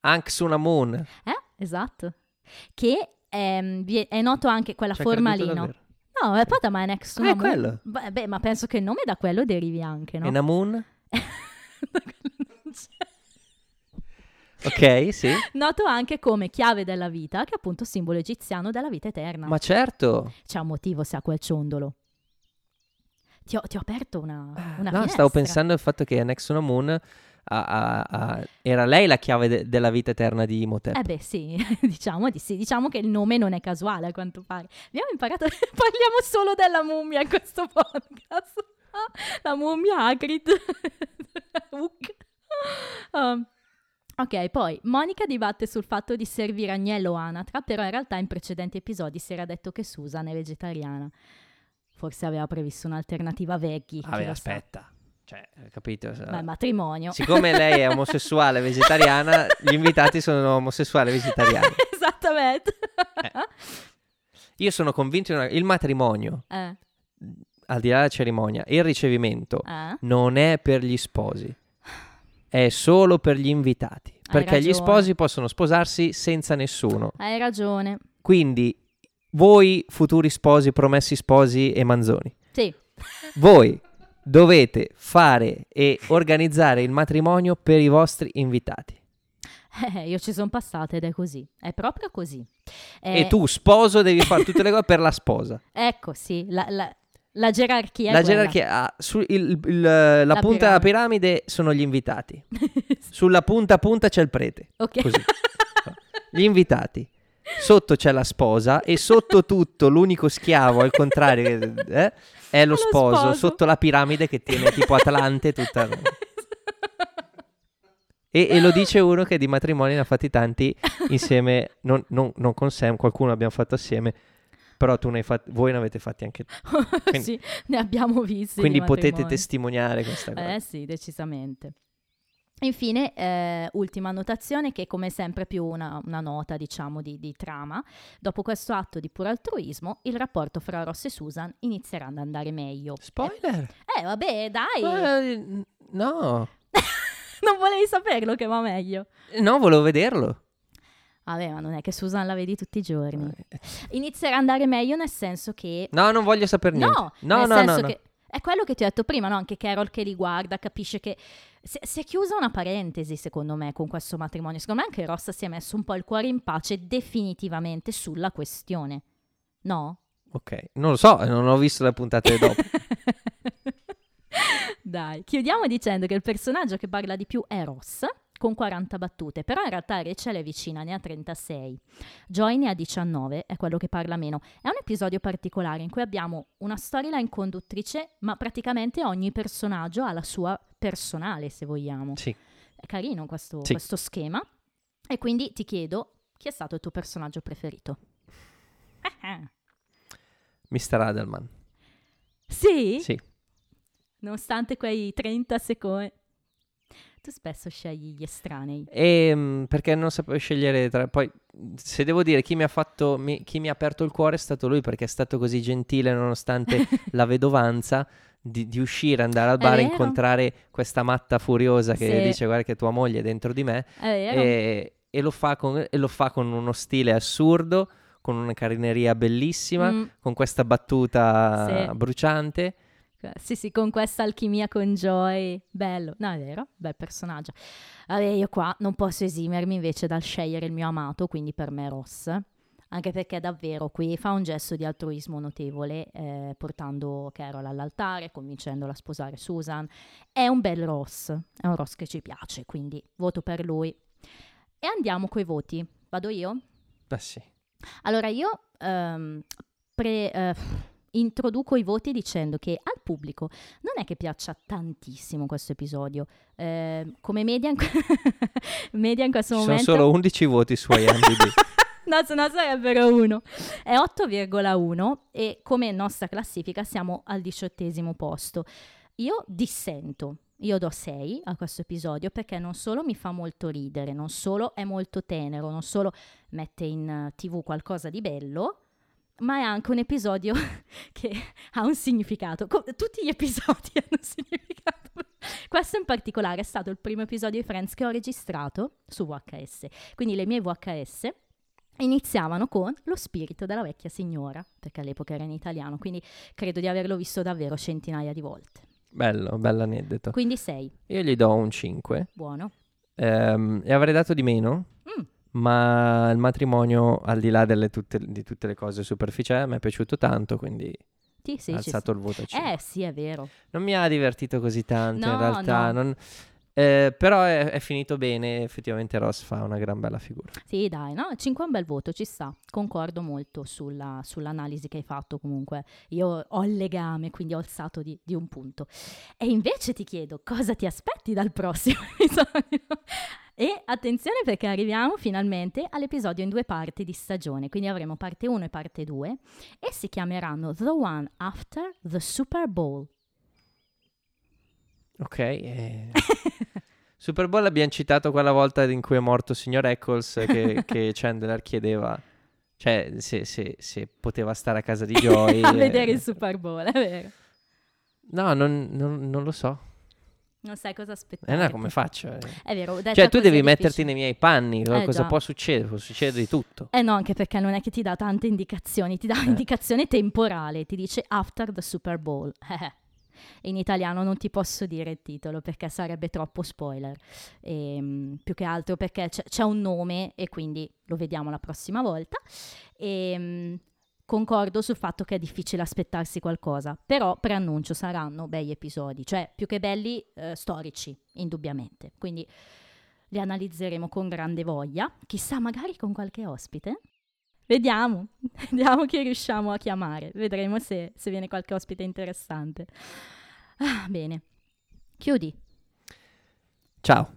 Speaker 2: Anche su una moon.
Speaker 1: Eh? Esatto. Che ehm, vi è, è noto anche quella
Speaker 2: Ci hai
Speaker 1: forma lì,
Speaker 2: creduto
Speaker 1: no?
Speaker 2: Cioè, davvero?
Speaker 1: No, è Pataman Ex.
Speaker 2: Ah, è quello.
Speaker 1: Beh, ma penso che il nome da quello derivi anche,
Speaker 2: E
Speaker 1: no?
Speaker 2: una moon?
Speaker 1: Non c'è.
Speaker 2: Ok, sì.
Speaker 1: Noto anche come chiave della vita, che è appunto simbolo egiziano della vita eterna.
Speaker 2: Ma certo.
Speaker 1: C'è un motivo se ha quel ciondolo. Ti ho, ti ho aperto una, una
Speaker 2: Eh, no,
Speaker 1: finestra.
Speaker 2: stavo pensando al fatto che Next Una Moon ha- ha- ha- era lei la chiave de- della vita eterna di Imhotep.
Speaker 1: Eh beh sì diciamo di sì, diciamo che il nome non è casuale a quanto pare. Abbiamo imparato, parliamo solo della mummia in questo podcast. La mummia Hagrid. Hook. Um, ok, poi Monica dibatte sul fatto di servire agnello o anatra, però in realtà in precedenti episodi si era detto che Susan è vegetariana. Forse aveva previsto un'alternativa veggie. chi
Speaker 2: Vabbè,
Speaker 1: lo sa.
Speaker 2: Ah, aspetta. Cioè, capito? Cioè,
Speaker 1: Beh, matrimonio.
Speaker 2: Siccome lei è omosessuale vegetariana, gli invitati sono omosessuali vegetariani. Eh.
Speaker 1: Esattamente.
Speaker 2: Io sono convinto di una- il matrimonio,
Speaker 1: Eh,
Speaker 2: al di là della cerimonia, il ricevimento
Speaker 1: eh.
Speaker 2: non è per gli sposi. È solo per gli invitati, perché gli
Speaker 1: ragione.
Speaker 2: sposi possono sposarsi senza nessuno.
Speaker 1: Hai ragione.
Speaker 2: Quindi voi futuri sposi, promessi sposi e manzoni,
Speaker 1: Sì.
Speaker 2: voi dovete fare e organizzare il matrimonio per i vostri invitati.
Speaker 1: Eh, io ci sono passata ed è così, è proprio così. Eh,
Speaker 2: E tu sposo devi fare tutte le cose per la sposa.
Speaker 1: Ecco, sì, la, la- la gerarchia. è
Speaker 2: la
Speaker 1: quella.
Speaker 2: gerarchia ah, su- il- il- la, punta della
Speaker 1: piramide.
Speaker 2: piramide sono gli invitati. Sulla punta a punta c'è il prete.
Speaker 1: Ok.
Speaker 2: Così. Gli invitati. Sotto c'è la sposa e sotto tutto l'unico schiavo al contrario che- eh, è lo sposo, sotto la piramide che tiene tipo Atlante tutta la- E, e lo dice uno che di matrimoni ne ha fatti tanti insieme, non, non- non con Sam, qualcuno l'abbiamo fatto assieme, però tu ne hai fat- voi ne avete fatti anche Quindi-
Speaker 1: sì, ne abbiamo visti. di
Speaker 2: Quindi potete
Speaker 1: matrimoni.
Speaker 2: testimoniare questa cosa.
Speaker 1: Eh sì, decisamente. Infine, eh, ultima annotazione che è come sempre più una, una nota, diciamo, di, di trama. Dopo questo atto di puro altruismo, il rapporto fra Ross e Susan inizierà ad andare meglio.
Speaker 2: Spoiler?
Speaker 1: Eh vabbè, dai!
Speaker 2: Eh, no,
Speaker 1: Non volevi saperlo che va meglio.
Speaker 2: no, volevo vederlo.
Speaker 1: Vabbè, ma non è che Susan la vedi tutti i giorni.
Speaker 2: Eh,
Speaker 1: Inizierà ad andare meglio nel senso che...
Speaker 2: No, non voglio sapere niente.
Speaker 1: No,
Speaker 2: no,
Speaker 1: nel
Speaker 2: no,
Speaker 1: senso
Speaker 2: no,
Speaker 1: che... È quello che ti ho detto prima, no? Anche Carol che li guarda, capisce che... Si, si è chiusa una parentesi, secondo me, con questo matrimonio. Secondo me anche Rossa si è messo un po' il cuore in pace definitivamente sulla questione. No?
Speaker 2: Ok, non lo so, non ho visto le puntate dopo.
Speaker 1: Dai, chiudiamo dicendo che il personaggio che parla di più è Ross con 40 battute, però in realtà Rachel è vicina, ne ha 36. Joy ne ha 19, è quello che parla meno. È un episodio particolare in cui abbiamo una storyline conduttrice, ma praticamente ogni personaggio ha la sua personale, se vogliamo.
Speaker 2: Sì.
Speaker 1: È carino questo,
Speaker 2: Sì.
Speaker 1: questo schema. E quindi ti chiedo, chi è stato il tuo personaggio preferito? Ah, ah.
Speaker 2: Mr. Adelman.
Speaker 1: Sì?
Speaker 2: Sì.
Speaker 1: nonostante quei 30 secondi. Tu spesso scegli gli estranei.
Speaker 2: Ehm, perché non sapevo scegliere tra... Poi, se devo dire chi mi ha fatto... mi- chi mi ha aperto il cuore è stato lui, perché è stato così gentile nonostante la vedovanza di, di uscire, andare al
Speaker 1: È
Speaker 2: bar e
Speaker 1: vero.
Speaker 2: incontrare questa matta furiosa che
Speaker 1: Sì.
Speaker 2: dice guarda che tua moglie è dentro di me.
Speaker 1: È vero?
Speaker 2: e, e lo fa con, e lo fa con uno stile assurdo, con una carineria bellissima,
Speaker 1: Mm,
Speaker 2: con questa battuta
Speaker 1: Sì.
Speaker 2: bruciante.
Speaker 1: sì, sì, con questa alchimia con Joy. Bello. No, è vero? Bel personaggio. Vabbè, io qua non posso esimermi invece dal scegliere il mio amato, quindi per me Ross. Anche perché davvero qui fa un gesto di altruismo notevole, eh, portando Carol all'altare, convincendola a sposare Susan. È un bel Ross, è un Ross che ci piace, quindi voto per lui. E andiamo coi voti. Vado io?
Speaker 2: Ah, sì.
Speaker 1: Allora io ehm, pre- eh, introduco i voti dicendo che al pubblico non è che piaccia tantissimo questo episodio. Ehm, come media in, media in questo
Speaker 2: Ci sono
Speaker 1: momento...
Speaker 2: solo 11 voti su IMDb.
Speaker 1: No, se no sarebbero uno. È 8,1 e come nostra classifica siamo al diciottesimo posto. Io dissento, io do 6 a questo episodio perché non solo mi fa molto ridere, non solo è molto tenero, non solo mette in eh, tv qualcosa di bello, ma è anche un episodio che ha un significato. Co- tutti gli episodi hanno un significato. Questo in particolare è stato il primo episodio di Friends che ho registrato su VHS. Quindi le mie VHS iniziavano con Lo spirito della vecchia signora, perché all'epoca era in italiano, quindi credo di averlo visto davvero centinaia di volte.
Speaker 2: Bello, bell'aneddoto.
Speaker 1: Quindi 6,
Speaker 2: Io gli do un 5
Speaker 1: buono.
Speaker 2: ehm, e avrei dato di meno,
Speaker 1: Mm.
Speaker 2: ma il matrimonio, al di là delle tutte- di tutte le cose superficiali, mi è piaciuto tanto, quindi
Speaker 1: Sì, sì,
Speaker 2: ha
Speaker 1: ci
Speaker 2: alzato il voto a
Speaker 1: sta.
Speaker 2: 5.
Speaker 1: Eh sì, è vero.
Speaker 2: Non mi ha divertito così tanto
Speaker 1: No,
Speaker 2: in realtà.
Speaker 1: no.
Speaker 2: non- eh, però è, è finito bene. Effettivamente Ross fa una gran bella figura.
Speaker 1: Sì, dai, no, 5 è un bel voto, ci sta. Concordo molto sulla- sull'analisi che hai fatto comunque. Io ho il legame, quindi ho alzato di, di un punto. E invece ti chiedo cosa ti aspetti dal prossimo episodio? E attenzione perché arriviamo finalmente all'episodio in due parti di stagione, quindi avremo parte 1 e parte 2 e si chiameranno The One After the Super Bowl.
Speaker 2: Ok. eh. Super Bowl l'abbiamo citato quella volta in cui è morto il signor Eccles eh, che, che Chandler chiedeva. Cioè, se, se- se poteva stare a casa di Joy.
Speaker 1: a
Speaker 2: eh.
Speaker 1: vedere il Super Bowl, è vero.
Speaker 2: No, non, non- non lo so.
Speaker 1: Non sai cosa
Speaker 2: Eh,
Speaker 1: aspettare.
Speaker 2: no, come faccio? eh?
Speaker 1: È vero, detta
Speaker 2: Cioè, tu
Speaker 1: così è
Speaker 2: devi metterti
Speaker 1: difficile.
Speaker 2: nei miei panni.
Speaker 1: Eh,
Speaker 2: cosa
Speaker 1: già.
Speaker 2: può succedere? Può succedere di tutto.
Speaker 1: Eh no, anche perché non è che ti dà tante indicazioni, ti dà indicazione temporale, ti dice after the Super Bowl. Eh, In italiano non ti posso dire il titolo perché sarebbe troppo spoiler. Ehm, più che altro perché c'è, c'è un nome e quindi lo vediamo la prossima volta. Ehm, concordo sul fatto che è difficile aspettarsi qualcosa, però preannuncio saranno bei episodi, cioè più che belli eh, storici, indubbiamente. Quindi li analizzeremo con grande voglia, chissà magari con qualche ospite. Vediamo, vediamo chi riusciamo a chiamare, vedremo se, se viene qualche ospite interessante. Ah, bene, chiudi.
Speaker 2: Ciao.